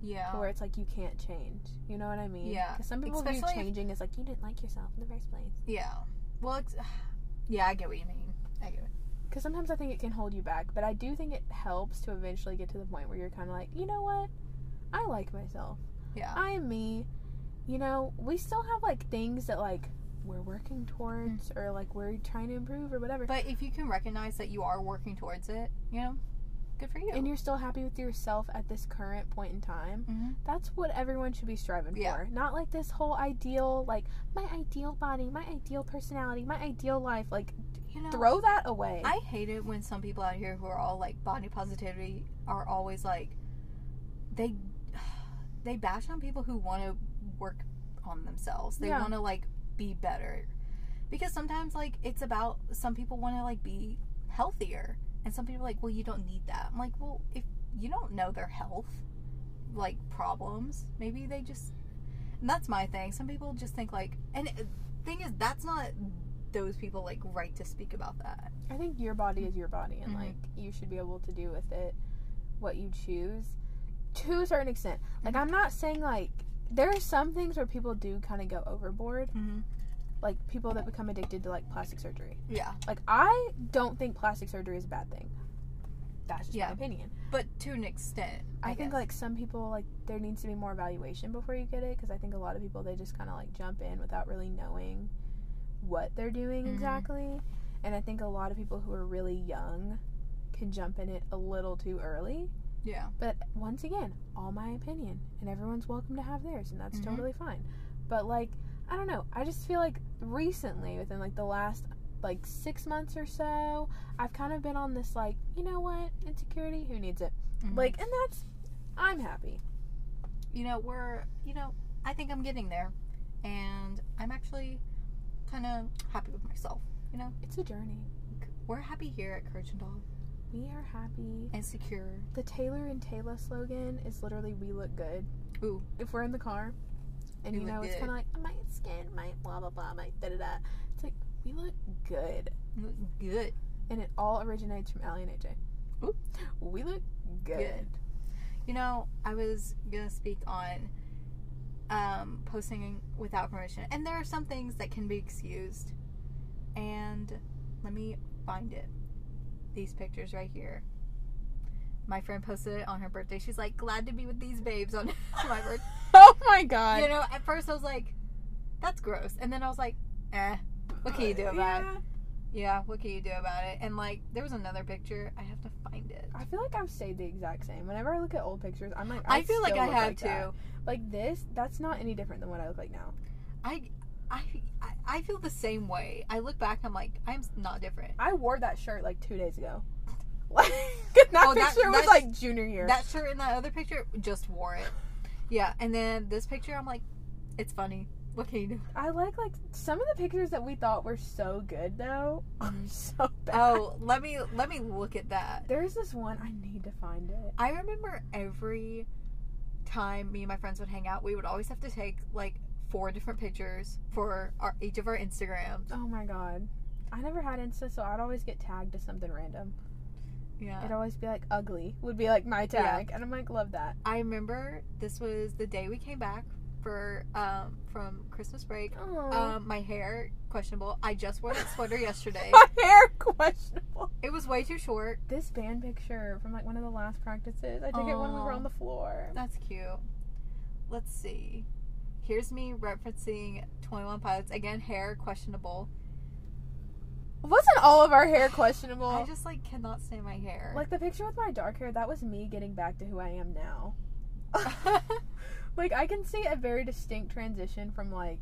Speaker 1: Yeah.
Speaker 2: where it's like you can't change. You know what I mean?
Speaker 1: Um, Yeah.
Speaker 2: 'Cause some people view
Speaker 1: Especially if-
Speaker 2: changing as like you didn't like yourself in the first place.
Speaker 1: Yeah. Well, it's, yeah, I get what you mean. I get it.
Speaker 2: Because sometimes I think it can hold you back, but I do think it helps to eventually get to the point where you're kind of like, you know what? I like myself.
Speaker 1: Yeah.
Speaker 2: I am me. You know, we still have like things that like we're working towards or like we're trying to improve or whatever.
Speaker 1: Mm. But if you can recognize that you are working towards it, you know, good for you.
Speaker 2: and you're still happy with yourself at this current point in time.
Speaker 1: Mhm.
Speaker 2: That's what everyone should be striving
Speaker 1: Yeah.
Speaker 2: for. Not like this whole ideal, like my ideal body, my ideal personality, my ideal life. Like,
Speaker 1: You know,
Speaker 2: throw that away.
Speaker 1: I hate it when some people out here who are all like body positivity are always like they they bash on people who want to work on themselves. They
Speaker 2: Yeah.
Speaker 1: want to like be better. Because sometimes like it's about some people want to like be healthier and some people are like, "Well, you don't need that." I'm like, "Well, if you don't know their health like problems, maybe they just and that's my thing. Some people just think like and uh, thing is that's not those people like right to speak about that.
Speaker 2: I think your body is your body, and
Speaker 1: Mhm.
Speaker 2: like you should be able to do with it what you choose to a certain extent. Like,
Speaker 1: Mm-hmm.
Speaker 2: I'm not saying like there are some things where people do kind of go overboard,
Speaker 1: Mm-hmm.
Speaker 2: like people that become addicted to like plastic surgery.
Speaker 1: Yeah,
Speaker 2: Like, I don't think plastic surgery is a bad thing. That's just
Speaker 1: Yeah.
Speaker 2: my opinion.
Speaker 1: but to an extent,
Speaker 2: I,
Speaker 1: I,
Speaker 2: think
Speaker 1: guess.
Speaker 2: like some people like there needs to be more evaluation before you get it because I think a lot of people they just kind of like jump in without really knowing what they're doing
Speaker 1: Mhm.
Speaker 2: exactly, and I think a lot of people who are really young can jump in it a little too early.
Speaker 1: yeah,
Speaker 2: But once again, all my opinion, and everyone's welcome to have theirs, and that's
Speaker 1: Mhm.
Speaker 2: totally fine. But like, I don't know. I just feel like recently, within like the last like six months or so, I've kind of been on this like, you know what, insecurity, who needs it?
Speaker 1: Mhm.
Speaker 2: Like, and that's, I'm happy.
Speaker 1: you know we're you know I think I'm getting there, and I'm actually kind of happy with myself.
Speaker 2: It's a journey.
Speaker 1: We're happy here at Courage and Dog
Speaker 2: We are happy.
Speaker 1: and secure.
Speaker 2: The Taylor and Taylor slogan is literally, we look good.
Speaker 1: Ooh.
Speaker 2: If we're in the car, and
Speaker 1: We
Speaker 2: you
Speaker 1: look
Speaker 2: know, it's
Speaker 1: good.
Speaker 2: kind of like, my skin, my blah, blah, blah, my da da da. It's like, we look good.
Speaker 1: We look Good.
Speaker 2: and it all originates from Allie and AJ.
Speaker 1: Ooh.
Speaker 2: We look good.
Speaker 1: Good. You know I was gonna speak on um, posting without permission, and there are some things that can be excused. And let me find it. These pictures right here. My friend posted it on her birthday. She's like, glad to be with these babes on my birthday.
Speaker 2: Oh my god.
Speaker 1: you know, at first I was like, that's gross. And then I was like, eh, what can you do about it?
Speaker 2: Yeah.
Speaker 1: Yeah, what can you do about it? And like, there was another picture. I have to find it.
Speaker 2: I feel like I've stayed the exact same. Whenever I look at old pictures, I'm like,
Speaker 1: I, feel like
Speaker 2: still
Speaker 1: I
Speaker 2: look
Speaker 1: had
Speaker 2: like
Speaker 1: to.
Speaker 2: that. Like this, that's not any different than what I look like now.
Speaker 1: I, I, I- I feel the same way. I look back, I'm like, I'm not different.
Speaker 2: I wore that shirt like two days ago. Like that
Speaker 1: Oh, that-
Speaker 2: picture was
Speaker 1: that's-
Speaker 2: like junior year.
Speaker 1: That shirt and that other picture just wore it. Yeah, and then this picture, I'm like, it's funny. What can you do?
Speaker 2: I like like some of the pictures that we thought were so good though are
Speaker 1: Mhm.
Speaker 2: so bad.
Speaker 1: Oh, let me let me look at that.
Speaker 2: there's this one I need to find it.
Speaker 1: I remember every time me and my friends would hang out, we would always have to take like four different pictures for our, each of our Instagrams.
Speaker 2: Oh my god. I never had Insta, so I'd always get tagged to something random.
Speaker 1: Yeah.
Speaker 2: It'd always be like ugly, would be like my
Speaker 1: Yeah.
Speaker 2: tag. And I'm like, love that.
Speaker 1: I remember this was the day we came back for um, from Christmas break.
Speaker 4: Oh.
Speaker 1: Um, my hair questionable. I just wore that sweater yesterday.
Speaker 2: My hair questionable.
Speaker 1: It was way too short.
Speaker 2: This band picture from like one of the last practices. I took it when we were
Speaker 1: Aw.
Speaker 2: on the floor.
Speaker 1: That's cute. Let's see. Here's me referencing Twenty One Pilots again. Hair questionable.
Speaker 4: Wasn't all of our hair questionable?
Speaker 1: I just like cannot stand my hair.
Speaker 2: Like the picture with my dark hair, that was me getting back to who I am now. Like I can see a very distinct transition from like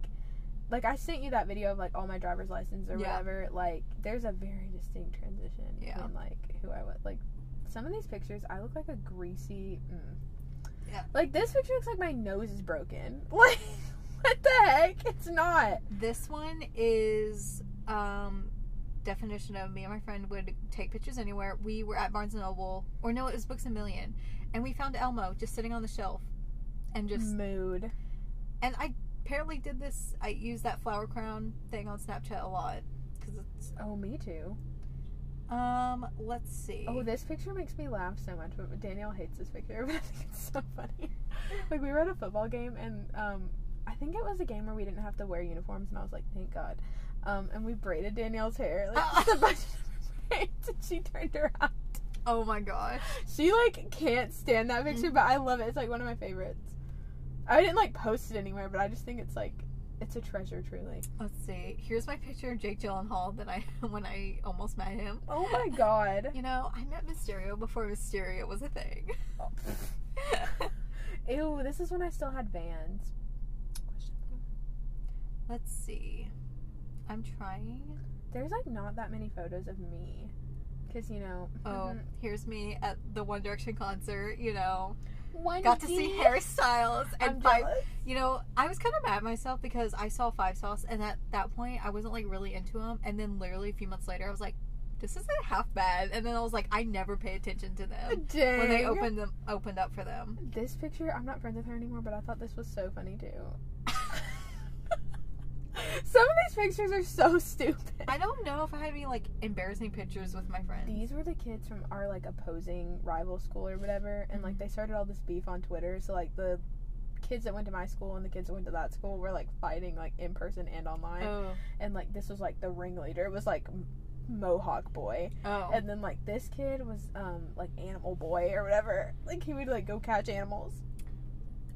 Speaker 2: like I sent you that video of like all my driver's license or
Speaker 1: Yeah.
Speaker 2: whatever. Like there's a very distinct transition
Speaker 1: Yeah.
Speaker 2: between like who I was like some of these pictures I look like a greasy mm.
Speaker 1: Yeah.
Speaker 2: Like this picture looks like my nose is broken. Like what the heck? It's not.
Speaker 1: This one is um definition of me and my friend would take pictures anywhere. We were at Barnes and Noble, or no, it was Books a Million, and we found Elmo just sitting on the shelf, and just
Speaker 2: mood.
Speaker 1: and I apparently did this. I used that flower crown thing on Snapchat a lot because it's
Speaker 2: Oh, me too.
Speaker 1: um. Let's see.
Speaker 2: Oh, this picture makes me laugh so much. But Danielle hates this picture, but I think it's so funny. like we were at a football game, and um, I think it was a game where we didn't have to wear uniforms, and I was like, thank God. Um, and we braided Danielle's hair, like just a bunch of braids, and she turned her out.
Speaker 1: oh my gosh.
Speaker 2: She like can't stand that picture, but I love it. It's like one of my favorites. I didn't like post it anywhere, but I just think it's like it's a treasure, truly.
Speaker 1: Let's see. Here's my picture of Jake Gyllenhaal that I when I almost met him.
Speaker 2: Oh my God.
Speaker 1: You know, I met Mysterio before Mysterio was a thing.
Speaker 2: Oh. Ew, this is when I still had bands.
Speaker 1: Let's see. I'm trying.
Speaker 2: There's like not that many photos of me. Cause you know,
Speaker 1: Oh,
Speaker 2: mhm.
Speaker 1: here's me at the One Direction concert, you know.
Speaker 2: One
Speaker 1: Got to see
Speaker 2: D.
Speaker 1: hairstyles
Speaker 2: I'm
Speaker 1: and five
Speaker 2: jealous.
Speaker 1: you know, I was kind of mad at myself because I saw Five Sauce and at that point I wasn't like really into him and then literally a few months later I was like, This isn't half bad and then I was like, I never pay attention to them
Speaker 2: Dang.
Speaker 1: when they opened them opened up for them.
Speaker 2: this picture, I'm not friends with her anymore, but I thought this was so funny too. Some of these pictures are so stupid.
Speaker 1: I don't know if I have any like embarrassing pictures with my friends.
Speaker 2: These were the kids from our like opposing rival school or whatever, and
Speaker 1: Mm-hmm.
Speaker 2: like they started all this beef on Twitter. So like the kids that went to my school and the kids that went to that school were like fighting like in person and online.
Speaker 1: Oh.
Speaker 2: And like this was like the ringleader was like M- Mohawk boy.
Speaker 1: Oh.
Speaker 2: And then like this kid was um like animal boy or whatever. Like he would like go catch animals.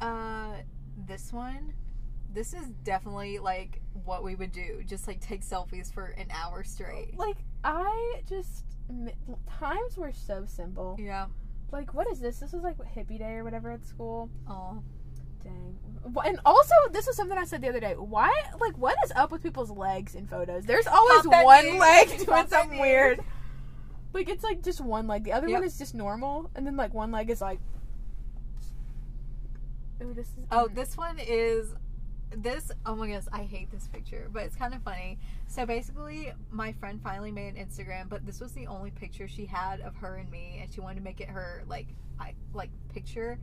Speaker 1: Uh, this one, this is definitely like what we would do. Just like take selfies for an hour straight.
Speaker 2: Like I just m- times were so simple.
Speaker 1: Yeah.
Speaker 2: Like what is this? This was like hippie day or whatever at school.
Speaker 1: Oh.
Speaker 2: Dang. Wh- And also this was something I said the other day. Why like what is up with people's legs in photos? There's always
Speaker 1: Pop that
Speaker 2: one
Speaker 1: knee.
Speaker 2: leg
Speaker 1: Pop
Speaker 2: doing
Speaker 1: that
Speaker 2: something
Speaker 1: knee.
Speaker 2: weird. Like it's like just one leg. The other
Speaker 1: Yep.
Speaker 2: one is just normal, and then like one leg is like. Ooh, this is.
Speaker 1: Oh, this one is this. Oh my gosh, I hate this picture, but it's kind of funny. So basically, my friend finally made an Instagram, but this was the only picture she had of her and me, and she wanted to make it her like I like picture.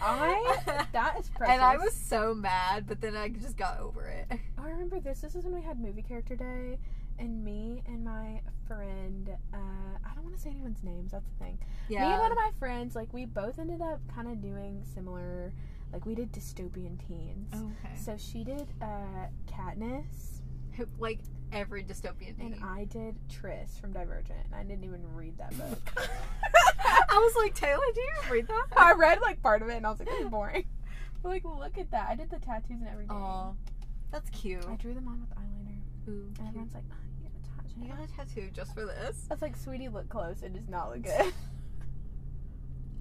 Speaker 2: I that is precious.
Speaker 1: and I was so mad, but then I just got over it.
Speaker 2: Oh, I remember this. This is when we had movie character day, and me and my friend. Uh, I don't want to say anyone's names. That's the thing.
Speaker 1: Yeah.
Speaker 2: Me and one of my friends, like we both ended up kind of doing similar. Like we did dystopian teens.
Speaker 1: okay.
Speaker 2: So she did uh, Katniss,
Speaker 1: Who- like every dystopian
Speaker 2: and
Speaker 1: thing.
Speaker 2: I did Triss from Divergent. and I didn't even read that book.
Speaker 1: I was like, Taylor, do you read that?
Speaker 2: I read like part of it, and I was like, "This is boring." But like, look at that. I did the tattoos and everything.
Speaker 1: Oh, that's cute.
Speaker 2: I drew them on with eyeliner,
Speaker 1: Ooh,
Speaker 2: and
Speaker 1: cute.
Speaker 2: everyone's like, "Oh, you got a tattoo."
Speaker 1: You got a tattoo just for this.
Speaker 2: That's like, sweetie, look close. It does not look good.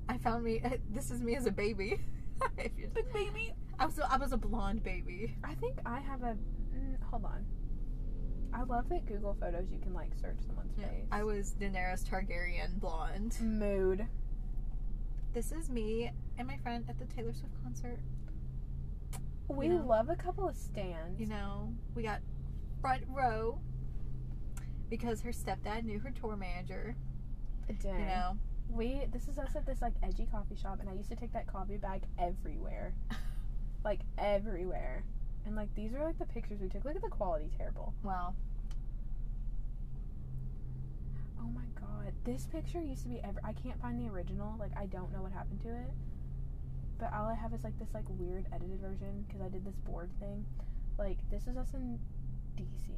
Speaker 1: I found me. This is me as a baby. If you-
Speaker 2: baby.
Speaker 1: I was I was a blonde baby.
Speaker 2: I think I have a. Mm, hold on. I love that Google Photos. You can like search someone's face.
Speaker 1: I was Daenerys Targaryen blonde.
Speaker 2: mood.
Speaker 1: This is me and my friend at the Taylor Swift concert.
Speaker 2: We
Speaker 1: You know.
Speaker 2: love a couple of stands.
Speaker 1: You know, we got front row because her stepdad knew her tour manager.
Speaker 2: Dang.
Speaker 1: You know,
Speaker 2: We. This is us at this like edgy coffee shop, and I used to take that coffee bag everywhere, like everywhere. And like these are like the pictures we took. Look at the quality, terrible.
Speaker 1: wow.
Speaker 2: Oh my god, this picture used to be ever. I can't find the original. Like I don't know what happened to it. but all I have is like this like weird edited version because I did this board thing. Like this is us in DC,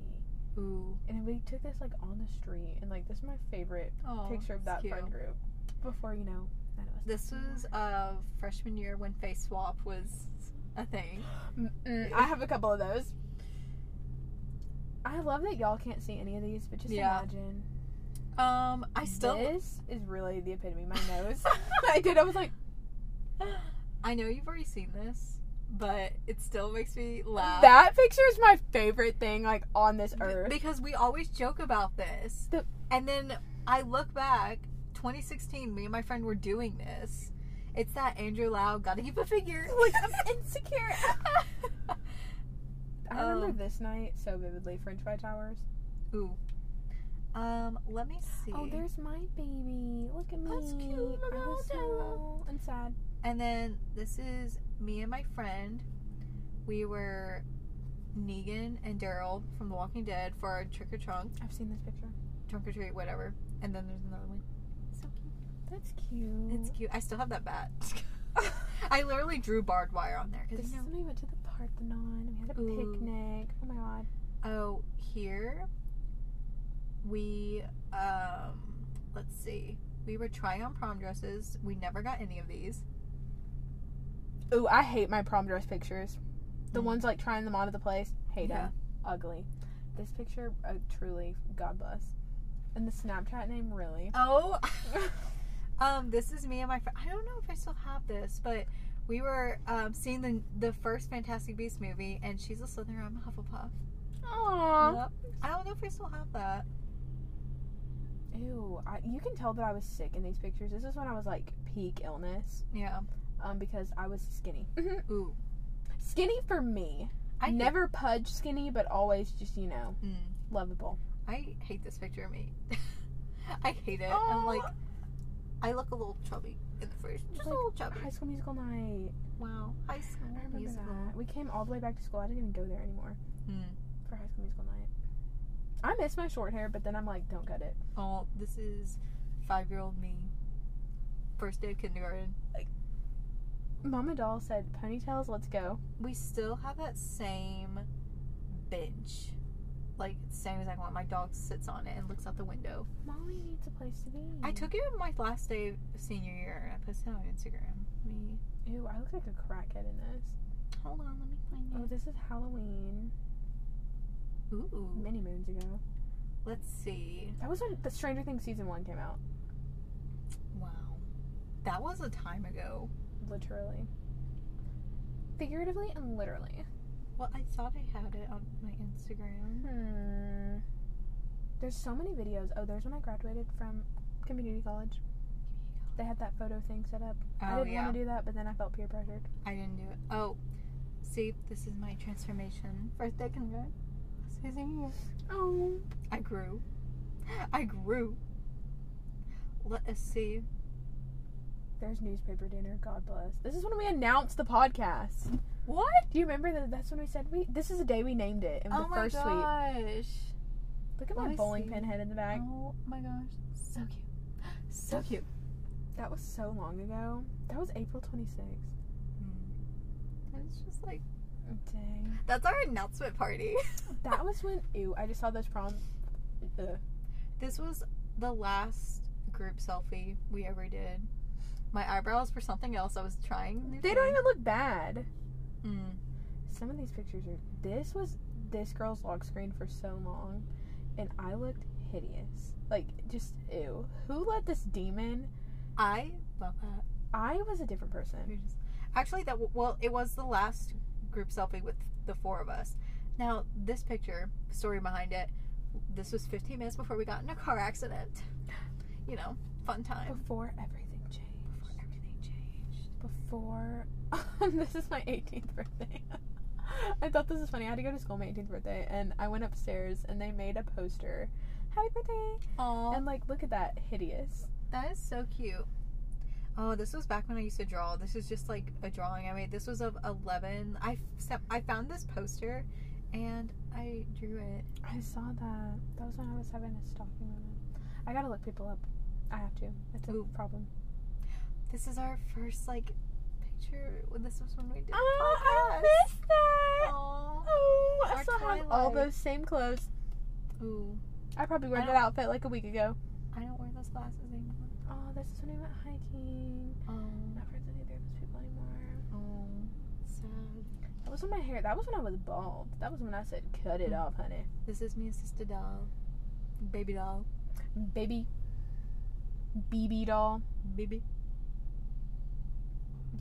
Speaker 1: Ooh.
Speaker 2: and we took this like on the street, and like this is my favorite
Speaker 1: Oh,
Speaker 2: picture of that friend group. Before you know, none of us.
Speaker 1: This was uh, freshman year when face swap was a thing.
Speaker 2: Mm, I have a couple of those. I love that y'all can't see any of these, but just
Speaker 1: Yeah.
Speaker 2: imagine.
Speaker 1: Um, I still.
Speaker 2: This is really the epitome. My nose. I did. I was like,
Speaker 1: I know you've already seen this, but it still makes me laugh.
Speaker 2: that picture is my favorite thing like on this
Speaker 1: B-
Speaker 2: earth.
Speaker 1: because we always joke about this.
Speaker 2: The-
Speaker 1: and then I look back, 2016, me and my friend were doing this. It's that Andrew Lau gotta keep a figure.
Speaker 2: like I'm insecure. I remember
Speaker 1: Um,
Speaker 2: this night so vividly. French fry towers.
Speaker 1: Ooh. Um, let me see.
Speaker 2: Oh, there's my baby. Look at me.
Speaker 1: That's cute,
Speaker 2: I was
Speaker 1: Ronaldo.
Speaker 2: small and sad.
Speaker 1: And then this is me and my friend. We were Negan and Daryl from The Walking Dead for our trick or trunk,
Speaker 2: I've seen this picture.
Speaker 1: trunk or treat, whatever. And then there's another one. So cute.
Speaker 2: That's cute.
Speaker 1: It's cute. I still have that bat. I literally drew barbed wire on there
Speaker 2: This
Speaker 1: because
Speaker 2: is
Speaker 1: you know.
Speaker 2: when we went to the park the nine. and We had a
Speaker 1: Ooh.
Speaker 2: picnic. Oh my god.
Speaker 1: Oh, here we um let's see. We were trying on prom dresses. We never got any of these.
Speaker 2: Ooh, I hate my prom dress pictures. The
Speaker 1: Mm.
Speaker 2: ones like trying them on at the place, hate them. Ugly. This picture, uh, truly, God bless. And the Snapchat name, really.
Speaker 1: Oh, um, this is me and my friend. I don't know if I still have this, but we were um, seeing the the first Fantastic Beasts movie, and she's a Slytherin. I'm a Hufflepuff.
Speaker 2: Aww.
Speaker 1: Yep. I don't know if I still have that.
Speaker 2: Ew. I, you can tell that I was sick in these pictures. This is when I was like peak illness,
Speaker 1: Yeah.
Speaker 2: um, because I was skinny.
Speaker 1: Ooh.
Speaker 2: skinny for me.
Speaker 1: I
Speaker 2: Mm-hmm. I
Speaker 1: hate-
Speaker 2: never pudge skinny, but always just you know
Speaker 1: Mm.
Speaker 2: lovable.
Speaker 1: I hate this picture of me. I hate it. I'm like, I look a little chubby in the first, just
Speaker 2: Like,
Speaker 1: a little chubby.
Speaker 2: High School Musical night.
Speaker 1: Wow. High school
Speaker 2: I remember
Speaker 1: musical.
Speaker 2: that. We came all the way back to school. I didn't even go there anymore
Speaker 1: Mm.
Speaker 2: for High School Musical night. I miss my short hair, but then I'm like, don't cut it.
Speaker 1: Oh, this is five year old me. First day of kindergarten.
Speaker 2: Mama Doll said, "Ponytails, let's go."
Speaker 1: We still have that same bench. Like, same as I want. My dog sits on it and looks out the window.
Speaker 2: Molly needs a place to be.
Speaker 1: I took it on my last day of senior year and I posted it on Instagram. Let me.
Speaker 2: Ew, I look like a crackhead in this.
Speaker 1: Hold on, let me
Speaker 2: Oh,
Speaker 1: find
Speaker 2: this is Halloween.
Speaker 1: it.
Speaker 2: Oh,
Speaker 1: Ooh.
Speaker 2: Many moons ago.
Speaker 1: Let's see.
Speaker 2: That was when the Stranger Things season one came out.
Speaker 1: Wow. That was a time ago.
Speaker 2: Literally. Figuratively and literally.
Speaker 1: Well, I thought I had it on my Instagram.
Speaker 2: Hmm. There's so many videos. Oh, there's when I graduated from community college. They had that photo thing set up. I
Speaker 1: Oh,
Speaker 2: didn't
Speaker 1: yeah.
Speaker 2: want to do that, but then I felt peer pressured.
Speaker 1: I didn't do it. Oh, see, this is my transformation. First day kindergarten.
Speaker 2: Oh.
Speaker 1: I grew. I grew. Let us see.
Speaker 2: There's newspaper dinner. God bless. This is when we announced the podcast.
Speaker 1: What?
Speaker 2: Do you remember that? That's when we said we. This is the day we named it. And
Speaker 1: Oh
Speaker 2: the
Speaker 1: my
Speaker 2: first sweep.
Speaker 1: gosh.
Speaker 2: Look at
Speaker 1: Let
Speaker 2: my
Speaker 1: me
Speaker 2: bowling
Speaker 1: see.
Speaker 2: pin head in the back.
Speaker 1: Oh my gosh. So cute. So cute.
Speaker 2: That was so long ago. That was April 26th.
Speaker 1: It's Hmm. just like
Speaker 2: Dang.
Speaker 1: that's our announcement party.
Speaker 2: That was when ew, I just saw those prom ugh.
Speaker 1: This was the last group selfie we ever did. My eyebrows for something else. I was trying. new
Speaker 2: They don't
Speaker 1: things.
Speaker 2: even look bad.
Speaker 1: Mm.
Speaker 2: Some of these pictures are this was this girl's lock screen for so long and I looked hideous. Like just ew. Who let this demon?
Speaker 1: I love that.
Speaker 2: I was a different person.
Speaker 1: You're just- Actually, that well, it was the last group selfie with the four of us. Now, this picture, story behind it, this was 15 minutes before we got in a car accident. You know, fun time.
Speaker 2: Before everything changed.
Speaker 1: Before everything changed.
Speaker 2: Before this is my 18th birthday. I thought this was funny. I had to go to school my 18th birthday and I went upstairs and they made a poster. Happy birthday.
Speaker 1: Aw,
Speaker 2: And like look at that hideous.
Speaker 1: that is so cute. Oh, this was back when I used to draw. This is just like a drawing I made. This was of 11. I, f- I found this poster and I drew it.
Speaker 2: I saw that. That was when I was having a stalking moment. I gotta look people up. I have to. It's a
Speaker 1: Ooh.
Speaker 2: problem.
Speaker 1: This is our first like picture. Well, this was when we did. the
Speaker 2: Oh, I
Speaker 1: podcast.
Speaker 2: miss that.
Speaker 1: Aw.
Speaker 2: Oh, I
Speaker 1: Our
Speaker 2: still have all
Speaker 1: twilight.
Speaker 2: those same clothes.
Speaker 1: Ooh,
Speaker 2: I probably
Speaker 1: I
Speaker 2: wore that
Speaker 1: don't-
Speaker 2: outfit like a week ago.
Speaker 1: I don't wear those glasses anymore.
Speaker 2: Oh, this is when we went hiking.
Speaker 1: Um,
Speaker 2: Not friends with either of those people anymore.
Speaker 1: oh, sad.
Speaker 2: That was when my hair. That was when I was bald. That was when I said, "Cut it off, honey,
Speaker 1: This is me and Sister Doll, Baby Doll,
Speaker 2: baby." BB doll.
Speaker 1: Baby.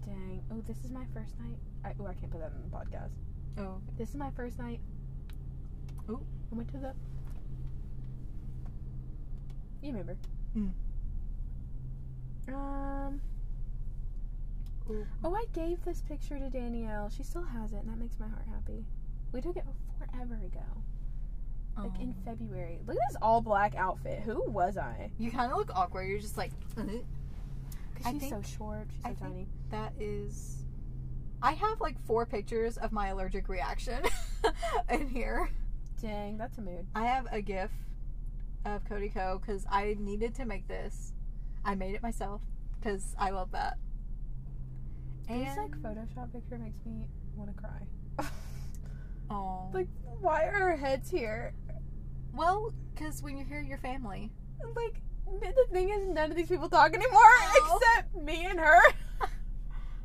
Speaker 2: Dang. Oh, this is my first night. I, oh, I can't put that in the podcast.
Speaker 1: Oh,
Speaker 2: This is my first night.
Speaker 1: Ooh.
Speaker 2: I went to the. You remember?
Speaker 1: Mm.
Speaker 2: Um.
Speaker 1: Ooh.
Speaker 2: Oh, I gave this picture to Danielle. She still has it, and that makes my heart happy. We took it forever ago, like in
Speaker 1: Um,
Speaker 2: February. Look at this all black outfit. Who was I?
Speaker 1: you kind of look awkward. You're just like, "Uh-huh."
Speaker 2: Cause
Speaker 1: I
Speaker 2: she's
Speaker 1: think-
Speaker 2: so short. She's so
Speaker 1: I think-
Speaker 2: tiny.
Speaker 1: that is. I have like four pictures of my allergic reaction in here.
Speaker 2: Dang, that's a mood.
Speaker 1: I have a gif of Cody Co because I needed to make this. I made it myself because I love that.
Speaker 2: this like Photoshop picture makes me want to cry.
Speaker 1: oh,
Speaker 2: Like, why are our heads here?
Speaker 1: well, because when you're here, your family.
Speaker 2: Like, the thing is, none of these people talk anymore
Speaker 1: Oh.
Speaker 2: except me and her.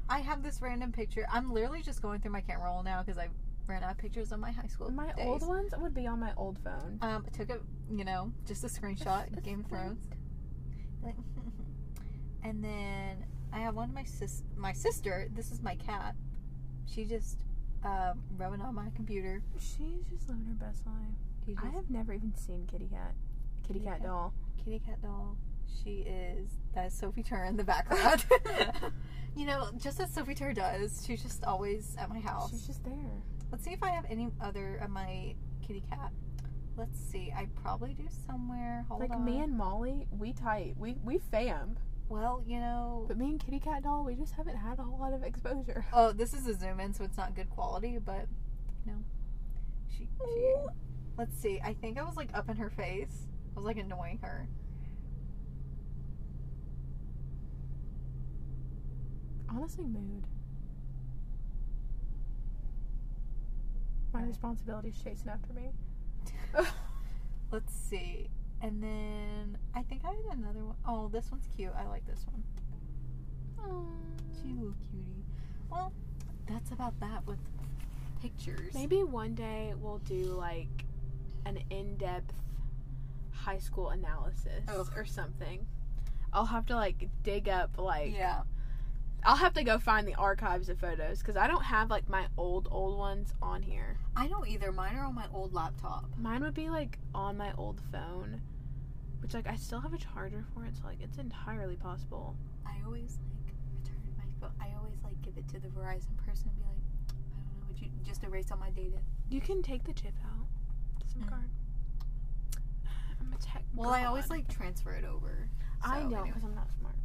Speaker 1: I have this random picture. I'm literally just going through my camera roll now because I ran out of pictures of my high school.
Speaker 2: My
Speaker 1: days.
Speaker 2: old ones would be on my old phone.
Speaker 1: Um, I took a you know just a screenshot
Speaker 2: It's-
Speaker 1: Game of
Speaker 2: it's
Speaker 1: Thrones, Like, and then I have one of my sis my sister. This is my cat. She just um, rubbing on my computer.
Speaker 2: She's just living her best life.
Speaker 1: She
Speaker 2: I
Speaker 1: just-
Speaker 2: have never even seen Kitty Cat. Kitty
Speaker 1: Kitty
Speaker 2: Cat
Speaker 1: Cat?
Speaker 2: doll.
Speaker 1: kitty cat doll. She is that is Sophie Tur in the background. you know, just as Sophie Tur does, she's just always at my house.
Speaker 2: She's just there.
Speaker 1: Let's see if I have any other of my kitty cat. Let's see. I probably do somewhere. Hold
Speaker 2: like
Speaker 1: on.
Speaker 2: me and Molly, we tight. We we fam.
Speaker 1: well, you know.
Speaker 2: But me and Kitty Cat doll, we just haven't had a whole lot of exposure.
Speaker 1: Oh, this is a zoom in, so it's not good quality, but you know, she. she let's see. I think I was like up in her face. I was like annoying her.
Speaker 2: Honestly, mood. My
Speaker 1: Right.
Speaker 2: responsibility's chasing after me.
Speaker 1: Let's see. And then I think I had another one. Oh, this one's cute. I like this one. She little cutie. Well, that's about that with pictures.
Speaker 2: Maybe one day we'll do like an in depth high school analysis
Speaker 1: Ugh.
Speaker 2: or something. I'll have to like dig up like
Speaker 1: Yeah.
Speaker 2: I'll have to go find the archives of photos because I don't have like my old old ones on here.
Speaker 1: I don't either. Mine are on my old laptop.
Speaker 2: Mine would be like on my old phone, which like I still have a charger for it, so like it's entirely possible.
Speaker 1: I always like return my phone. I always like give it to the Verizon person and be like, I don't know, would you just erase all my data?
Speaker 2: You can take the chip out, the SIM
Speaker 1: Mm.
Speaker 2: card. I'm a tech.
Speaker 1: Well, I always
Speaker 2: god.
Speaker 1: like transfer it over.
Speaker 2: I
Speaker 1: so,
Speaker 2: know
Speaker 1: anyway.
Speaker 2: because I'm not smart.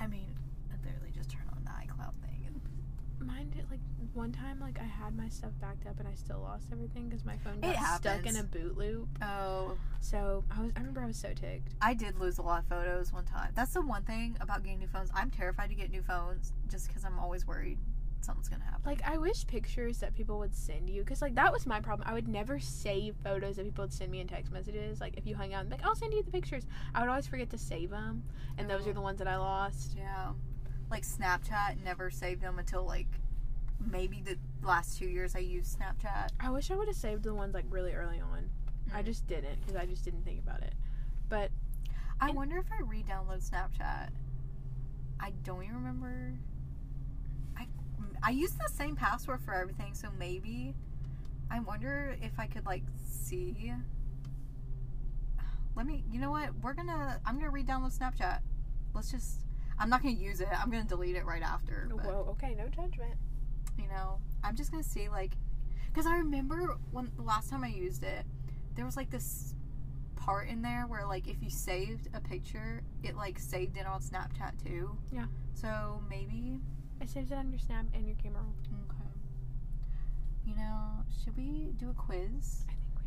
Speaker 1: I mean, I literally just turn on the iCloud thing. And
Speaker 2: Mine did like one time like I had my stuff backed up and I still lost everything because my phone
Speaker 1: It
Speaker 2: got stuck in
Speaker 1: happens.
Speaker 2: a boot loop.
Speaker 1: oh,
Speaker 2: So I was I remember I was so ticked.
Speaker 1: I did lose a lot of photos one time. That's the one thing about getting new phones. I'm terrified to get new phones just because I'm always worried something's gonna happen.
Speaker 2: Like I wish pictures that people would send you because like that was my problem. I would never save photos that people would send me in text messages. Like if you hung out and like I'll send you the pictures, I would always forget to save them, and those are
Speaker 1: Oh.
Speaker 2: the ones that I lost.
Speaker 1: Yeah. Like Snapchat, never saved them until like maybe the last two years I used Snapchat.
Speaker 2: I wish I would have saved the ones like really early on. I
Speaker 1: Mm.
Speaker 2: just didn't because I just didn't think about it.
Speaker 1: I
Speaker 2: And-
Speaker 1: wonder if I re download Snapchat. I don't even remember. I, I use the same password for everything, so maybe. I wonder if I could like see. Let me, you know what? We're gonna, I'm gonna re download Snapchat. Let's just, I'm not gonna use it. I'm gonna delete it right after. but-
Speaker 2: Whoa, okay, no judgment.
Speaker 1: you know i'm just gonna see like because i remember when the last time i used it there was like this part in there where like if you saved a picture it like saved it on snapchat too
Speaker 2: Yeah.
Speaker 1: so maybe
Speaker 2: It saves it on your Snap and your camera. roll.
Speaker 1: okay you know should we do a quiz
Speaker 2: I think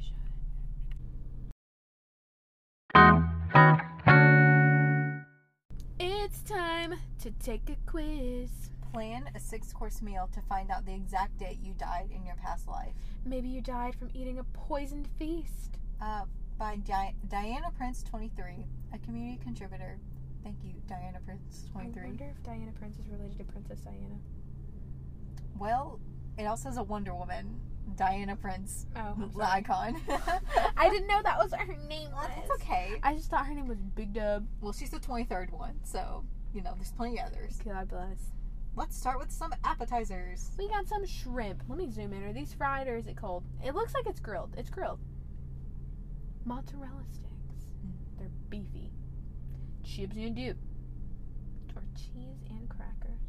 Speaker 2: we should. It's time to take a quiz.
Speaker 1: Plan a six course meal to find out the exact date you died in your past life.
Speaker 2: Maybe you died from eating a poisoned feast.
Speaker 1: Uh, by Di- Diana Prince 23, a community contributor. Thank you, Diana Prince
Speaker 2: I
Speaker 1: 23.
Speaker 2: wonder if Diana Prince is related to Princess Diana.
Speaker 1: Well, it also has a Wonder Woman, Diana Prince,
Speaker 2: Oh, I'm
Speaker 1: the
Speaker 2: sorry.
Speaker 1: icon.
Speaker 2: I didn't know that was what her name
Speaker 1: Well,
Speaker 2: was.
Speaker 1: That's okay.
Speaker 2: I just thought her name was Big Dub.
Speaker 1: Well, she's the 23rd one, so, you know, there's plenty others.
Speaker 2: God bless.
Speaker 1: Let's start with some appetizers.
Speaker 2: We got some shrimp. Let me zoom in. Are these fried or is it cold? It looks like it's grilled. It's grilled. Mozzarella sticks.
Speaker 1: Mm.
Speaker 2: They're beefy. Chips and dip. Or cheese and crackers.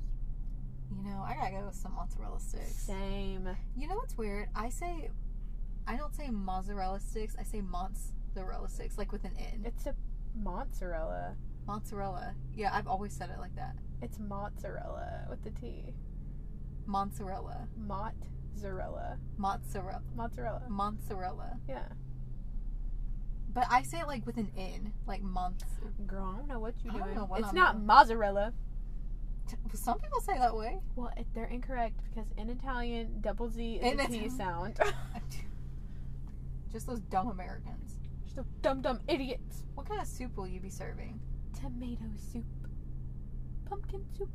Speaker 1: You know, I gotta go with some mozzarella sticks.
Speaker 2: Same.
Speaker 1: You know what's weird? I say, I don't say mozzarella sticks. I say mozzarella sticks, like with an N.
Speaker 2: It's a mozzarella.
Speaker 1: Mozzarella. Yeah, I've always said it like that.
Speaker 2: It's mozzarella with the T.
Speaker 1: Mozzarella.
Speaker 2: Mozzarella.
Speaker 1: Mozzarella.
Speaker 2: Mozzarella.
Speaker 1: Mozzarella.
Speaker 2: Yeah.
Speaker 1: But I say it like with an N, like month.
Speaker 2: Girl, I don't know what you're
Speaker 1: I don't
Speaker 2: doing.
Speaker 1: know what
Speaker 2: it's
Speaker 1: I'm
Speaker 2: not
Speaker 1: doing.
Speaker 2: mozzarella.
Speaker 1: Some people say that way.
Speaker 2: Well, it, they're incorrect because in Italian, double Z is
Speaker 1: In
Speaker 2: a T
Speaker 1: Italian.
Speaker 2: sound.
Speaker 1: Just those dumb Americans.
Speaker 2: Just a dumb, dumb idiots.
Speaker 1: What kind of soup will you be serving?
Speaker 2: Tomato soup, pumpkin soup,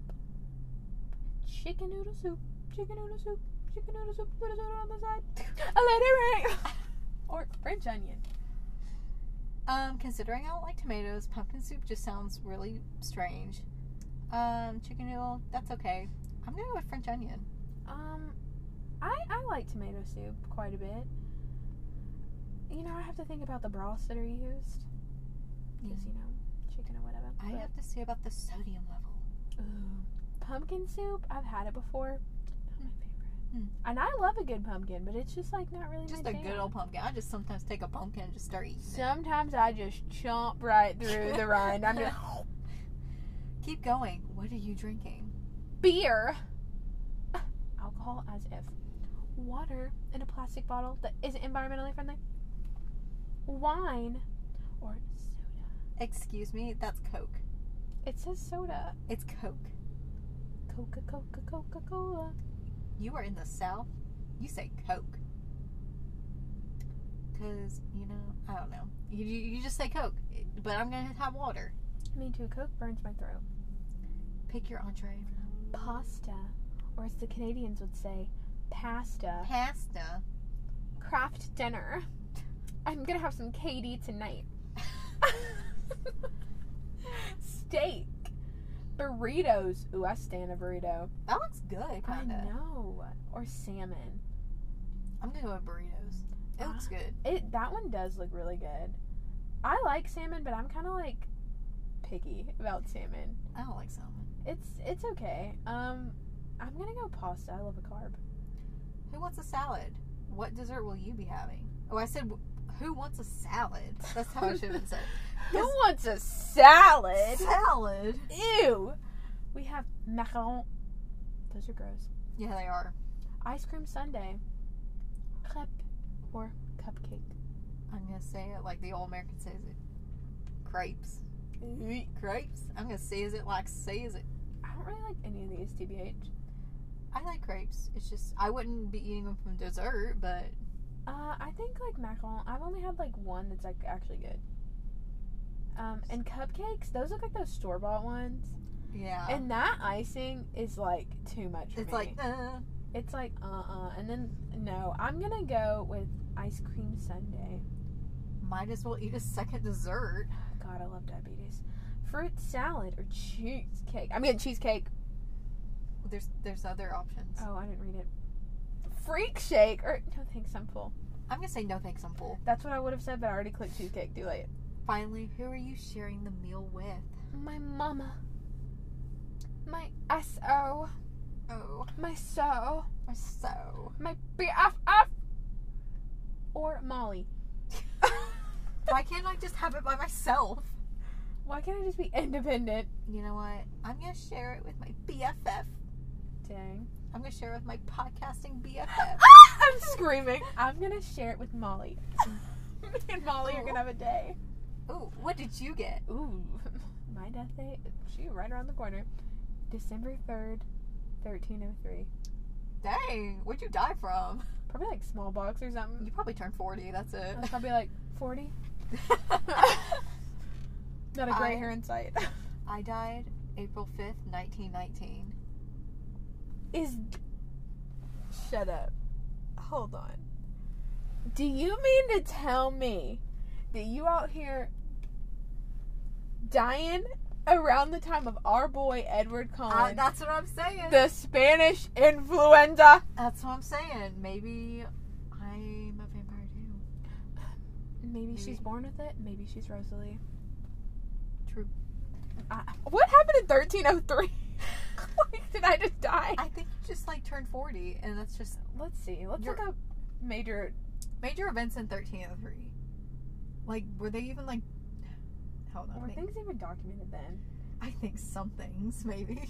Speaker 2: chicken noodle soup, chicken noodle soup, chicken noodle soup. Put a soda on the side. A let it rain. or French onion.
Speaker 1: Um, considering I don't like tomatoes, pumpkin soup just sounds really strange. Um, chicken noodle, that's okay. I'm gonna go with French onion.
Speaker 2: Um, I I like tomato soup quite a bit. You know, I have to think about the broths that are used. Because you know, chicken or whatever.
Speaker 1: I
Speaker 2: but-
Speaker 1: have to say about the sodium level.
Speaker 2: Ooh. Pumpkin soup, I've had it before. Not my favorite.
Speaker 1: Hmm.
Speaker 2: And I love a good pumpkin, but it's just like not really
Speaker 1: Just
Speaker 2: my
Speaker 1: a
Speaker 2: jam.
Speaker 1: good old pumpkin. I just sometimes take a pumpkin and just start eating. it.
Speaker 2: Sometimes I just chomp right through the rind. I'm just
Speaker 1: Keep going. What are you drinking?
Speaker 2: beer, alcohol as if water in a plastic bottle that isn't environmentally friendly, wine, or soda.
Speaker 1: Excuse me, that's Coke.
Speaker 2: It says soda.
Speaker 1: It's Coke.
Speaker 2: Coca Coca Coca Cola.
Speaker 1: You are in the South. You say Coke. Cause you know, I don't know. You you you just say Coke, but I'm gonna have water.
Speaker 2: Me too. Coke burns my throat.
Speaker 1: Pick your entree.
Speaker 2: Pasta, or as the Canadians would say, pasta.
Speaker 1: Pasta.
Speaker 2: craft dinner. I'm gonna have some KD tonight. Steak, burritos. Ooh, I stand a burrito.
Speaker 1: That looks good,
Speaker 2: I
Speaker 1: kinda.
Speaker 2: know. Or salmon.
Speaker 1: I'm gonna go with burritos. It
Speaker 2: Ah.
Speaker 1: looks good.
Speaker 2: It that one does look really good. I like salmon, but I'm kind of like picky about salmon.
Speaker 1: I don't like salmon.
Speaker 2: It's it's okay. Um, I'm gonna go pasta. I love a carb.
Speaker 1: Who wants a salad? What dessert will you be having? Oh, I said, who wants a salad? That's how I should have been said.
Speaker 2: Who
Speaker 1: Yes.
Speaker 2: wants a salad?
Speaker 1: Salad.
Speaker 2: Ew. We have macarons. Those are gross.
Speaker 1: Yeah, they are.
Speaker 2: ice cream sundae, crepe, or cupcake.
Speaker 1: I'm gonna say it like the old American says it. Crepes. Crepes. I'm gonna say is it like says it.
Speaker 2: I don't really like any of these, TBH.
Speaker 1: I like crepes. It's just I wouldn't be eating them from dessert, but
Speaker 2: Uh, I think like macaron. I've only had like one that's like actually good. Um, and cupcakes, those look like those store bought ones.
Speaker 1: yeah.
Speaker 2: And that icing is like too much
Speaker 1: Uh-huh.
Speaker 2: for
Speaker 1: it's
Speaker 2: me.
Speaker 1: like uh,
Speaker 2: it's like uh uh And then no, I'm gonna go with ice cream sundae.
Speaker 1: might as well eat a second dessert.
Speaker 2: God, I love diabetes. Fruit salad or cheesecake. I'm getting cheesecake.
Speaker 1: There's there's other options.
Speaker 2: Oh, I didn't read it. Freak shake or no thanks, I'm full.
Speaker 1: I'm gonna say no thanks, I'm full.
Speaker 2: That's what I would have said, but I already clicked cheesecake. Too late.
Speaker 1: Finally, who are you sharing the meal with?
Speaker 2: My mama. My SO.
Speaker 1: Oh,
Speaker 2: My so.
Speaker 1: so
Speaker 2: My BFF. Or Molly.
Speaker 1: why can't I just have it by myself?
Speaker 2: Why can't I just be independent?
Speaker 1: You know what? I'm gonna share it with my BFF.
Speaker 2: Dang.
Speaker 1: I'm gonna share it with my podcasting BFF.
Speaker 2: I'm screaming. I'm gonna share it with Molly. Me and Molly are gonna have a day.
Speaker 1: Ooh, what did you get?
Speaker 2: Ooh, my death date. She right around the corner. December oh 3rd, 1303.
Speaker 1: Dang, what'd you die from?
Speaker 2: Probably like small box or something.
Speaker 1: You probably turned 40, that's it.
Speaker 2: I was probably like 40. Not a
Speaker 1: I-
Speaker 2: gray hair in sight.
Speaker 1: I died April 5th, 1919.
Speaker 2: Is. Shut up. Hold on. Do you mean to tell me that you out here dying around the time of our boy Edward
Speaker 1: I,
Speaker 2: Cullen,
Speaker 1: Uh, that's what I'm saying.
Speaker 2: Oh, the Spanish influenza?
Speaker 1: that's what I'm saying. Maybe I'm a vampire too.
Speaker 2: Maybe she's
Speaker 1: Maybe.
Speaker 2: born with it. Maybe she's Rosalie.
Speaker 1: True.
Speaker 2: I, what happened in 1303? Like, Did I just die?
Speaker 1: I think you just like turned 40, and that's just
Speaker 2: Let's see. Let's
Speaker 1: You're-
Speaker 2: look up major.
Speaker 1: major events in 1303. Like, were they even like. Hold on.
Speaker 2: Were
Speaker 1: wait.
Speaker 2: things even documented then?
Speaker 1: I think some things, maybe.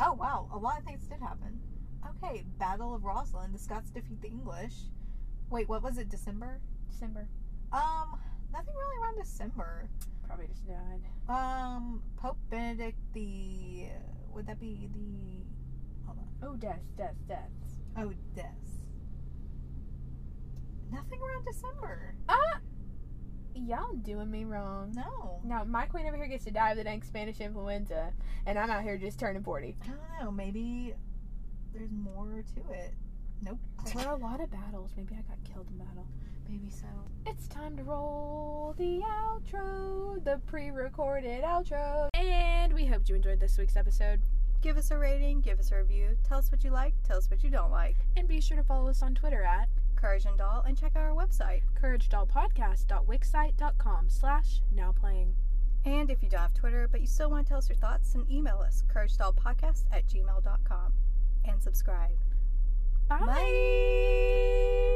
Speaker 1: Oh, wow. A lot of things did happen. Okay, Battle of Roslyn. The Scots defeat the English. Wait, what was it, December?
Speaker 2: December.
Speaker 1: Um, nothing really around December.
Speaker 2: Probably just died.
Speaker 1: Um, Pope Benedict the. Would that be the.
Speaker 2: Oh, deaths, deaths, deaths.
Speaker 1: Oh, death. Nothing around December.
Speaker 2: Ah! Y'all doing me wrong.
Speaker 1: No.
Speaker 2: Now, my queen over here gets to die of the dang Spanish influenza, and I'm out here just turning 40.
Speaker 1: I don't know. Maybe there's more to it. Nope.
Speaker 2: There are a lot of battles. Maybe I got killed in battle.
Speaker 1: Maybe so.
Speaker 2: It's time to roll the outro, the pre recorded outro. And we hoped you enjoyed this week's episode.
Speaker 1: Give us a rating, give us a review, tell us what you like, tell us what you don't like.
Speaker 2: And be sure to follow us on Twitter at
Speaker 1: Courage and Doll, and check out our website.
Speaker 2: couragedollpodcast.wixsite.com slash now playing.
Speaker 1: And if you don't have Twitter, but you still want to tell us your thoughts, then email us, couragedollpodcast at gmail.com. And subscribe.
Speaker 2: Bye.